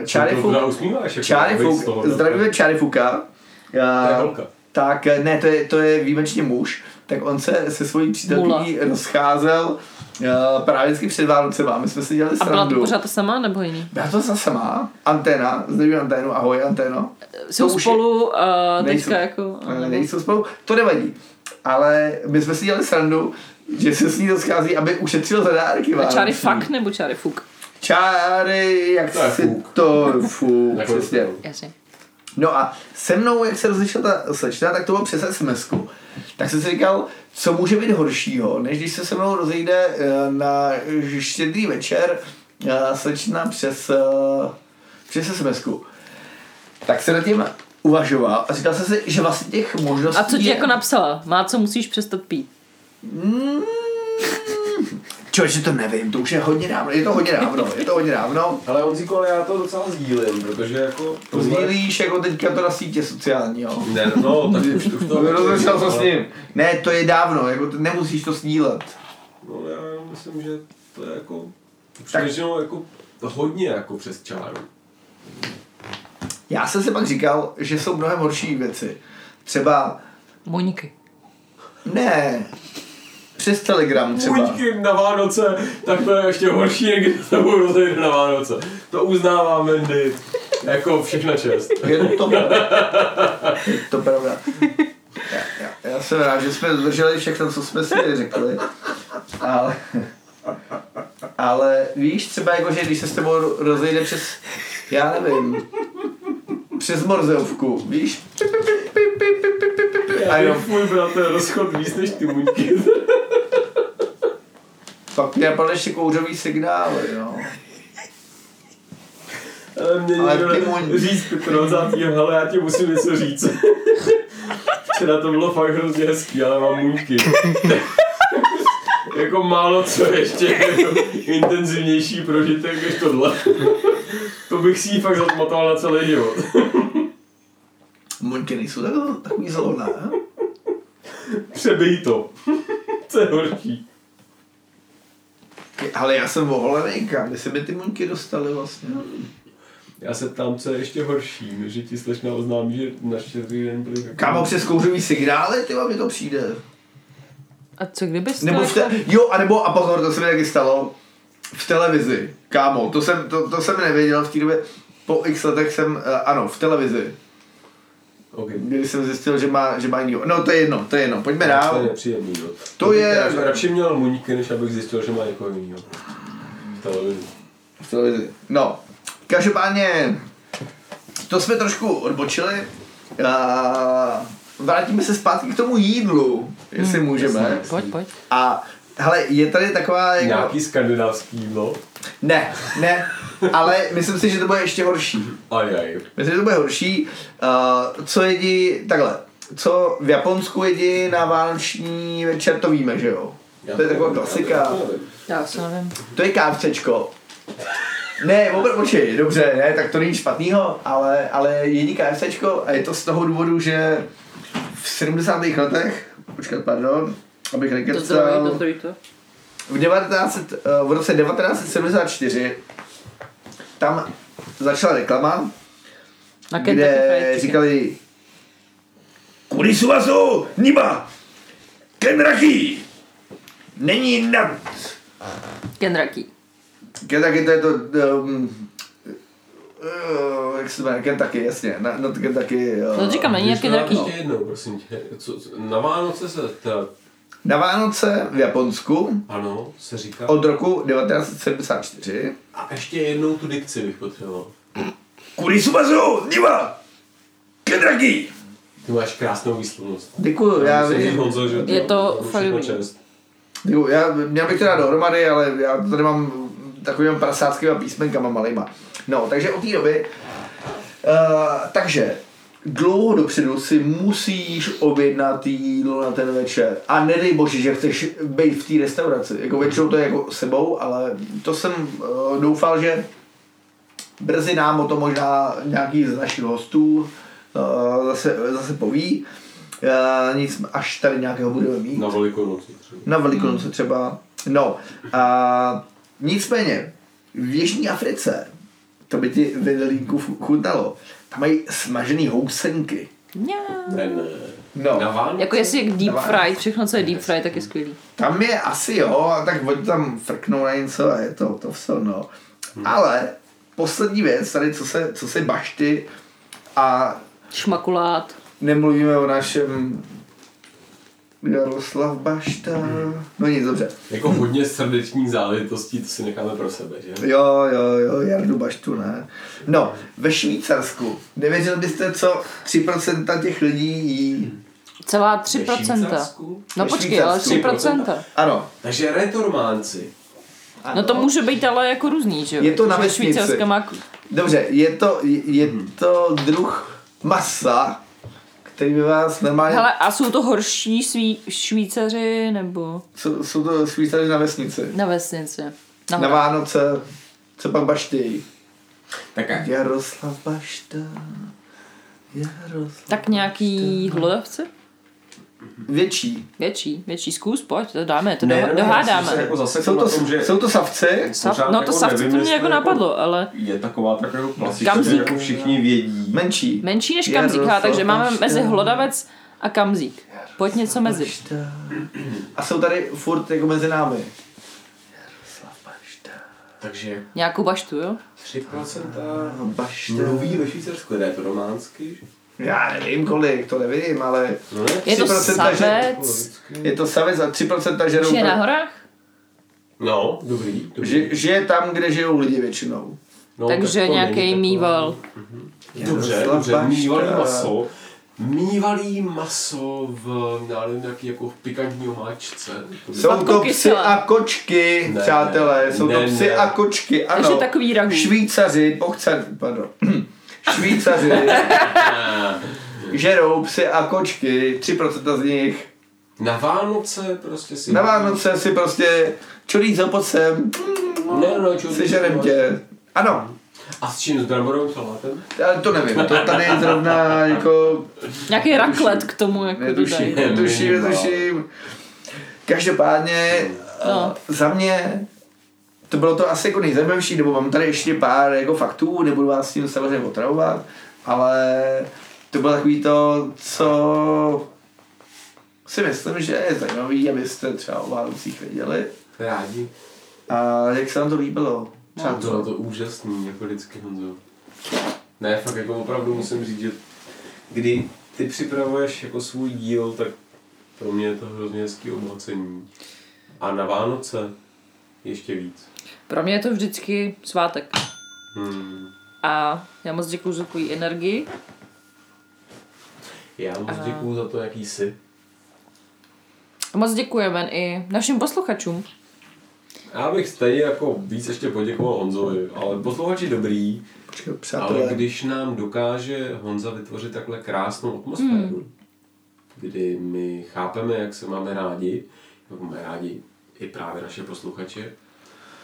[SPEAKER 1] uh,
[SPEAKER 2] Čáry
[SPEAKER 1] Čáry
[SPEAKER 2] fuk.
[SPEAKER 1] Fuk,
[SPEAKER 2] usmíváš. jako,
[SPEAKER 1] Čáry
[SPEAKER 2] abych z
[SPEAKER 1] Fuk,
[SPEAKER 2] toho-
[SPEAKER 1] zdravíme Čáry Fuka.
[SPEAKER 2] To je
[SPEAKER 1] Uh,
[SPEAKER 2] holka.
[SPEAKER 1] tak eh, ne, to je, to je výjimečně muž, tak on se se svojí přítelkyní rozcházel uh, právě vždycky před Vánocema, my jsme si dělali
[SPEAKER 3] A byla to
[SPEAKER 1] srandu.
[SPEAKER 3] pořád ta sama, nebo jiný?
[SPEAKER 1] Byla to zase má anténa, zdravím anténu, ahoj anténo.
[SPEAKER 3] Jsou
[SPEAKER 1] To už
[SPEAKER 3] spolu uh,
[SPEAKER 1] Nejsou.
[SPEAKER 3] teďka jako...
[SPEAKER 1] Eh,
[SPEAKER 3] nebo-
[SPEAKER 1] Nejsou spolu, to nevadí. Ale my jsme si dělali srandu, že se s ní rozchází, aby ušetřil za dárky
[SPEAKER 3] A čáry
[SPEAKER 1] vánoční.
[SPEAKER 3] fakt nebo čáry fuk?
[SPEAKER 1] Čáry, jak
[SPEAKER 2] To je
[SPEAKER 1] si
[SPEAKER 2] fuk.
[SPEAKER 1] to fuk, prostě.
[SPEAKER 2] Jako-
[SPEAKER 1] přesně.
[SPEAKER 3] Jasně.
[SPEAKER 1] No a se mnou, jak se rozlišila ta slečna, tak to bylo přes sms Tak jsem si říkal, co může být horšího, než když se se mnou rozejde eh, na štědrý večer eh, slečna přes, eh, přes sms Tak jsem nad tím uvažoval a říkal jsem si, že vlastně těch možností...
[SPEAKER 3] A co ti
[SPEAKER 1] je-
[SPEAKER 3] jako napsala? Má co musíš přestat pít?
[SPEAKER 1] Člověče, Mm, to nevím, to už je hodně dávno, je to hodně dávno, je to hodně dávno.
[SPEAKER 2] Ale on říkal, já to docela sdílím, protože jako...
[SPEAKER 1] To sdílíš jako teďka to na sítě sociální, jo.
[SPEAKER 2] Ne, no, tak už, už to...
[SPEAKER 1] Rozlišil jsem s ním. Ne, to je dávno, jako to, nemusíš to sdílet.
[SPEAKER 2] No, já myslím, že to je jako... Přežilo jako hodně jako přes čáru.
[SPEAKER 1] Já jsem si pak říkal, že jsou mnohem horší věci. Třeba,
[SPEAKER 3] Moniky.
[SPEAKER 1] ne, přes Telegram třeba.
[SPEAKER 2] Buďky na Vánoce, tak to je ještě horší, jak když se budou rozejít na Vánoce. To uznává Mendy. Jako všechna čest.
[SPEAKER 1] Je to pravda. Je to pravda. Já, já, já jsem rád, že jsme zdrželi všechno, co jsme si řekli. Ale, ale víš, třeba jako, že když se s tebou ro- rozejde přes, já nevím, přes morzeovku, víš? A
[SPEAKER 2] Já
[SPEAKER 1] jo.
[SPEAKER 2] bych můj bratr rozchod víc než ty buňky.
[SPEAKER 1] Pak mě napadne ještě kouřový signál, jo.
[SPEAKER 2] Ale mě
[SPEAKER 1] Ale
[SPEAKER 2] někdo
[SPEAKER 1] ty můj-
[SPEAKER 2] říct 25. hele, já ti musím něco říct. Včera to bylo fakt hrozně hezký, ale mám muňky. jako málo co ještě jako intenzivnější prožitek než tohle. to bych si ji fakt zatmatal na celý život.
[SPEAKER 1] Muňky nejsou tak, takový zelená, jo?
[SPEAKER 2] Přebij to. Co je horší.
[SPEAKER 1] Ale já jsem oholený, kam? Kde se mi ty muňky dostaly vlastně?
[SPEAKER 2] Já se ptám, co je ještě horší, než že ti slečna oznámí, že na čtyři den byli jako...
[SPEAKER 1] Kámo, přes kouřový signály, ty mi to přijde.
[SPEAKER 3] A co jako- kdyby jsi
[SPEAKER 1] Nebo v te... Jo, a nebo, a pozor, to se mi taky stalo, v televizi, kámo, to jsem, to, to jsem nevěděl v té době, po x letech jsem, uh, ano, v televizi,
[SPEAKER 2] Okay.
[SPEAKER 1] kdy jsem zjistil, že má, že má jinýho. No to je jedno, to je jedno, pojďme
[SPEAKER 2] To je
[SPEAKER 1] dál.
[SPEAKER 2] nepříjemný, no.
[SPEAKER 1] To je-
[SPEAKER 2] Radši, radši měl muňky, než abych zjistil, že má někoho jiného. V televizi.
[SPEAKER 1] V televizi. No, každopádně, to jsme trošku odbočili, uh, vrátíme se zpátky k tomu jídlu, jestli můžeme.
[SPEAKER 2] jasně.
[SPEAKER 3] Pojď, pojď.
[SPEAKER 1] A hele, je tady taková jako...
[SPEAKER 2] Nějaký no. skandinávský jídlo.
[SPEAKER 1] Ne, ne, ale myslím si, že to bude ještě horší.
[SPEAKER 2] Ajaj.
[SPEAKER 1] Myslím, že to bude horší. Uh, co jedí, takhle, co v Japonsku jedí na vánoční večer, to víme, že jo?
[SPEAKER 2] Já
[SPEAKER 1] To je taková
[SPEAKER 2] nevím,
[SPEAKER 1] klasika.
[SPEAKER 2] já to nevím.
[SPEAKER 3] Já se nevím.
[SPEAKER 1] To je kávčečko. Ne, obr- oči, dobře, ne, tak to není špatného, ale, ale jedí KFCčko a je to z toho důvodu, že v 70. letech, počkat, pardon, abych
[SPEAKER 3] To zdraví, to
[SPEAKER 1] nekecal,
[SPEAKER 3] zdraví to.
[SPEAKER 1] v, 19, eh, v roce 1974 tam začala reklama,
[SPEAKER 3] Na Kentucky Fried
[SPEAKER 1] kde
[SPEAKER 3] Chicken.
[SPEAKER 1] říkali Kurisuvasu Nima Kenraki není na...
[SPEAKER 3] Kenraki.
[SPEAKER 1] Kenraki to je to... Um, uh, jak se to jmenuje? Kentucky, jasně. Na, na Kentucky.
[SPEAKER 3] To
[SPEAKER 1] Uh.
[SPEAKER 3] říkám, není
[SPEAKER 2] Můžeš
[SPEAKER 3] nějaký
[SPEAKER 2] to dát
[SPEAKER 3] draký.
[SPEAKER 2] Ještě jednou, prosím tě. Co, co- na Vánoce se, teda,
[SPEAKER 1] Na Vánoce v Japonsku
[SPEAKER 2] ano, se říká.
[SPEAKER 1] od roku 1974
[SPEAKER 2] A ještě jednou tu dikci bych potřeboval.
[SPEAKER 1] Kurisumazu, Niva, Kendraki.
[SPEAKER 2] Ty máš krásnou výslovnost.
[SPEAKER 1] Děkuju, já
[SPEAKER 2] Myslím, že
[SPEAKER 1] vím.
[SPEAKER 2] Honzo, že
[SPEAKER 3] Je to
[SPEAKER 2] všechno
[SPEAKER 3] fakt dobrý.
[SPEAKER 2] čest.
[SPEAKER 1] Děkuju, já, měl bych to dát dohromady, ale já to tady mám takovým prasáckýma písmenkama malejma. No, takže od té doby, uh, takže dlouho dopředu si musíš objednat jídlo na ten večer. A nedej bože, že chceš být v té restauraci. Jako většinou to je jako sebou, ale to jsem uh, doufal, že brzy nám o to možná nějaký z našich hostů uh, zase, zase poví. Uh, nic, až tady nějakého budeme mít.
[SPEAKER 2] Na velikonoci třeba.
[SPEAKER 1] Na Velikonoce třeba. No. A nicméně, v Jižní Africe, to by ti vedelíku chutnalo, tam mají smažený housenky.
[SPEAKER 3] Mňau.
[SPEAKER 2] Ten
[SPEAKER 1] No.
[SPEAKER 2] na Vánoce.
[SPEAKER 3] Jako jestli je deep
[SPEAKER 1] Dává.
[SPEAKER 3] fried, všechno, co je deep fried, tak je skvělý.
[SPEAKER 1] Tam je asi jo, a tak oni tam frknou na něco a je to, to vso, no. Ale poslední věc, tady co se, co se bašty a
[SPEAKER 3] Šmakulát.
[SPEAKER 1] nemluvíme o našem Jaroslav Bašta. No nic, dobře.
[SPEAKER 2] Jako hodně srdeční záležitostí, to si necháme pro sebe, že?
[SPEAKER 1] Jo, jo, jo, Jardu Baštu, ne. No, ve Švýcarsku, nevěřil byste, co 3% těch lidí jí.
[SPEAKER 3] Celá
[SPEAKER 2] Ve
[SPEAKER 3] 3%.
[SPEAKER 2] Švýcarsku?
[SPEAKER 3] No
[SPEAKER 1] Ve
[SPEAKER 3] počkej, ale
[SPEAKER 1] Švýcarsku.
[SPEAKER 3] 3%.
[SPEAKER 1] Ano.
[SPEAKER 2] Takže retormánci.
[SPEAKER 1] ano.
[SPEAKER 3] No to může být ale jako různý, že jo?
[SPEAKER 1] Je to na
[SPEAKER 3] Že
[SPEAKER 1] vesnici.
[SPEAKER 3] Švýcarska má...
[SPEAKER 1] Dobře, je to, je to druh masa, který by vás normálně...
[SPEAKER 3] Hele, a jsou to horší sví... Švýcaři nebo
[SPEAKER 1] Jsou, jsou to Švýcaři na vesnici.
[SPEAKER 3] na vesnici? Na
[SPEAKER 1] Na
[SPEAKER 3] horách.
[SPEAKER 1] Vánoce, co pak baštějí.
[SPEAKER 2] Tak a-
[SPEAKER 1] Jaroslav Bašta. Jaroslav.
[SPEAKER 3] tak nějaký hlodavce?
[SPEAKER 1] Větší.
[SPEAKER 3] Větší, větší zkus, pojď, to dáme, to
[SPEAKER 2] Ne,
[SPEAKER 3] do,
[SPEAKER 2] ne,
[SPEAKER 3] dohádáme.
[SPEAKER 2] já jsem se jako zase
[SPEAKER 1] Jsou
[SPEAKER 2] na
[SPEAKER 1] to,
[SPEAKER 2] tom, že
[SPEAKER 1] jsou to savci?
[SPEAKER 3] Sav,
[SPEAKER 2] pořád
[SPEAKER 3] no to
[SPEAKER 2] jako
[SPEAKER 3] savce to
[SPEAKER 2] nevím,
[SPEAKER 3] mě jako
[SPEAKER 2] jestli
[SPEAKER 3] napadlo, ale
[SPEAKER 2] je taková tak jako klasika,
[SPEAKER 3] Kamzík.
[SPEAKER 2] že jako všichni vědí.
[SPEAKER 1] Menší.
[SPEAKER 3] menší než
[SPEAKER 1] Je
[SPEAKER 3] kamzík, hele, takže
[SPEAKER 1] rozhodná
[SPEAKER 3] máme mezi
[SPEAKER 1] štěrba.
[SPEAKER 3] hlodavec a kamzík. Pojď něco mezi.
[SPEAKER 1] Bašta. A jsou tady furt jako mezi námi. Jaroslav Bašta.
[SPEAKER 2] Takže
[SPEAKER 3] Nějakou baštu, jo?
[SPEAKER 2] 3%
[SPEAKER 1] No, Bašta.
[SPEAKER 2] mluví ve švýcarsku retorománsky. že?
[SPEAKER 1] Já nevím kolik, to nevím, ale
[SPEAKER 2] No ne?
[SPEAKER 3] Je to
[SPEAKER 1] 3% že-
[SPEAKER 3] savec,
[SPEAKER 1] je to savec a 3% žerou,
[SPEAKER 3] že je na horách,
[SPEAKER 2] No, dobrý, dobrý.
[SPEAKER 1] Ži, žije tam, kde žijou lidi většinou.
[SPEAKER 2] no,
[SPEAKER 3] takže
[SPEAKER 2] tak to není
[SPEAKER 3] nějaký
[SPEAKER 2] taková-
[SPEAKER 3] mýval.
[SPEAKER 2] Dobře,
[SPEAKER 1] Jaroslav
[SPEAKER 2] dobře,
[SPEAKER 1] Bašta.
[SPEAKER 2] mývalý maso. Mývalý maso v, já nevím, jaký jako v pikantní omáčce.
[SPEAKER 1] Jsou to
[SPEAKER 3] Babko
[SPEAKER 1] psy
[SPEAKER 3] kysela.
[SPEAKER 1] a kočky,
[SPEAKER 2] Ne,
[SPEAKER 1] přátelé, jsou
[SPEAKER 2] ne,
[SPEAKER 1] to psy
[SPEAKER 2] ne.
[SPEAKER 1] a kočky, ano.
[SPEAKER 3] Takže takový ragu.
[SPEAKER 1] Švýcaři, pochcaři, pardon. Švýcaři žerou psy a kočky, 3% z nich.
[SPEAKER 2] Na Vánoce prostě si...
[SPEAKER 1] Na Vánoce si prostě čurízo pod sem,
[SPEAKER 2] Ne, no, čo-
[SPEAKER 1] sežerem tě. Ano,
[SPEAKER 2] A s čím? S bramborovým salátem?
[SPEAKER 1] ale to nevím, to tady zrovna jako
[SPEAKER 3] Nějaký raklet k tomu jako
[SPEAKER 1] netuším,
[SPEAKER 3] dodají.
[SPEAKER 1] netuším, netuším. Každopádně
[SPEAKER 3] No.
[SPEAKER 1] eh, za mě to bylo to asi jako nejzajímavější, nebo mám tady ještě pár jako faktů, nebudu vás s tím samozřejmě otravovat, ale to bylo takový to, co si myslím, že je zajímavý, abyste třeba o Vánocích věděli.
[SPEAKER 2] Rádi.
[SPEAKER 1] A jak se vám to líbilo? Třeba
[SPEAKER 2] No, To bylo to úžasný, jako vždycky, Honzo. Ne, fakt jako opravdu musím říct, že kdy ty připravuješ jako svůj díl, tak pro mě je to hrozně hezký obohacení. A na Vánoce ještě víc.
[SPEAKER 3] Pro mě je to vždycky svátek.
[SPEAKER 2] Hmm.
[SPEAKER 3] A já moc děkuji za tvoji energii.
[SPEAKER 2] Já moc
[SPEAKER 3] A-
[SPEAKER 2] děkuju za to, jaký jsi.
[SPEAKER 3] A moc děkujeme i našim posluchačům.
[SPEAKER 2] Já bych stejně jako víc ještě poděkoval Honzovi, ale posluchači dobrý,
[SPEAKER 1] Počkej,
[SPEAKER 2] ale
[SPEAKER 1] přátelé.
[SPEAKER 2] když nám dokáže Honza vytvořit takhle krásnou atmosféru, kdy my chápeme, jak se máme rádi, jak máme rádi i právě naše posluchače,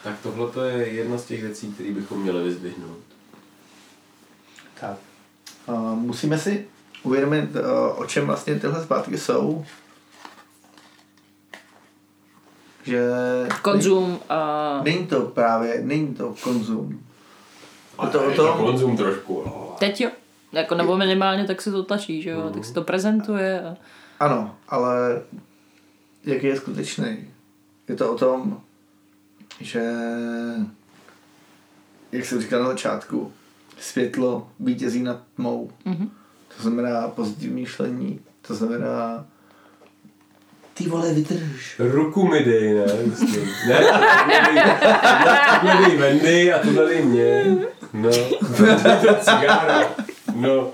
[SPEAKER 2] tak tohle to je jedna z těch věcí, které bychom měli vyzdvihnout.
[SPEAKER 1] Tak. Uh, musíme si uvědomit, uh, o čem vlastně tyhle zpátky jsou. Že
[SPEAKER 3] Konzum a...
[SPEAKER 1] není to právě, není to konzum. A to-
[SPEAKER 2] je
[SPEAKER 1] to-
[SPEAKER 2] konzum trošku. no.
[SPEAKER 3] Teď jo. Jako, nebo minimálně tak se to tlačí, že jo? Tak se to prezentuje a...
[SPEAKER 1] Ano, ale jaký je skutečný? Je to o tom, že, jak jsem říkal na začátku, světlo vítězí nad tmou.
[SPEAKER 3] Mhm.
[SPEAKER 1] To znamená pozitivní myšlení, to znamená ty vole, vydrž.
[SPEAKER 2] Ruku mi dej, ne? Myslím. Ne, takhle dej- takhle dej Wendy a tohle dej mě. No, to cigáro. No.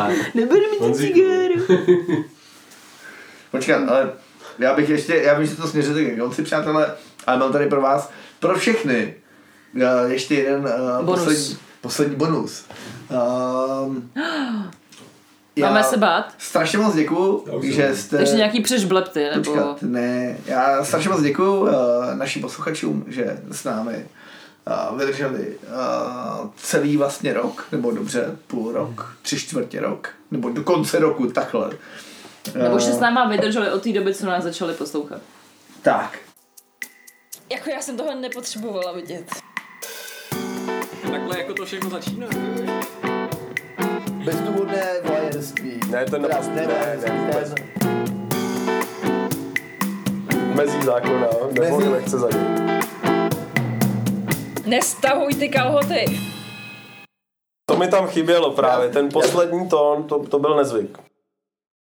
[SPEAKER 2] A
[SPEAKER 3] Nebudu mít ten
[SPEAKER 2] Honzíku.
[SPEAKER 3] cigáru.
[SPEAKER 1] Počkat, ale já bych ještě, já vím, že to směřujete ke konci, přátelé, ale mám tady pro vás, pro všechny, eh, ještě jeden eh,
[SPEAKER 3] Bonus.
[SPEAKER 1] Poslední, poslední bonus. Um,
[SPEAKER 3] Máme se bát?
[SPEAKER 1] Strašně moc děkuju,
[SPEAKER 2] Já už
[SPEAKER 1] že
[SPEAKER 2] jsem.
[SPEAKER 1] jste...
[SPEAKER 3] Takže nějaký přežblepty, nebo...
[SPEAKER 1] Počkat, ne, já strašně moc děkuju uh, našim posluchačům, že s námi uh, vydrželi uh, celý vlastně rok, nebo dobře, půl rok, tři čtvrtě rok, nebo do konce roku, takhle.
[SPEAKER 3] Nebo
[SPEAKER 1] Eh,
[SPEAKER 3] že s náma vydrželi od té doby, co nás začali poslouchat.
[SPEAKER 1] Tak,
[SPEAKER 3] Jako já jsem tohle nepotřebovala vidět.
[SPEAKER 4] Takhle jako to všechno začíná.
[SPEAKER 1] Bezdůvodné vojenství.
[SPEAKER 5] Ne, to
[SPEAKER 1] Teda
[SPEAKER 5] naprosto- ne, ne,
[SPEAKER 1] vojenství,
[SPEAKER 5] vůbec.
[SPEAKER 1] ten-
[SPEAKER 5] Mezí zákona, nebo
[SPEAKER 1] Mezí-
[SPEAKER 5] lehce za ním.
[SPEAKER 3] Nestahuj ty kalhoty!
[SPEAKER 5] To mi tam chybělo právě, ten poslední tón, to, to byl nezvyk.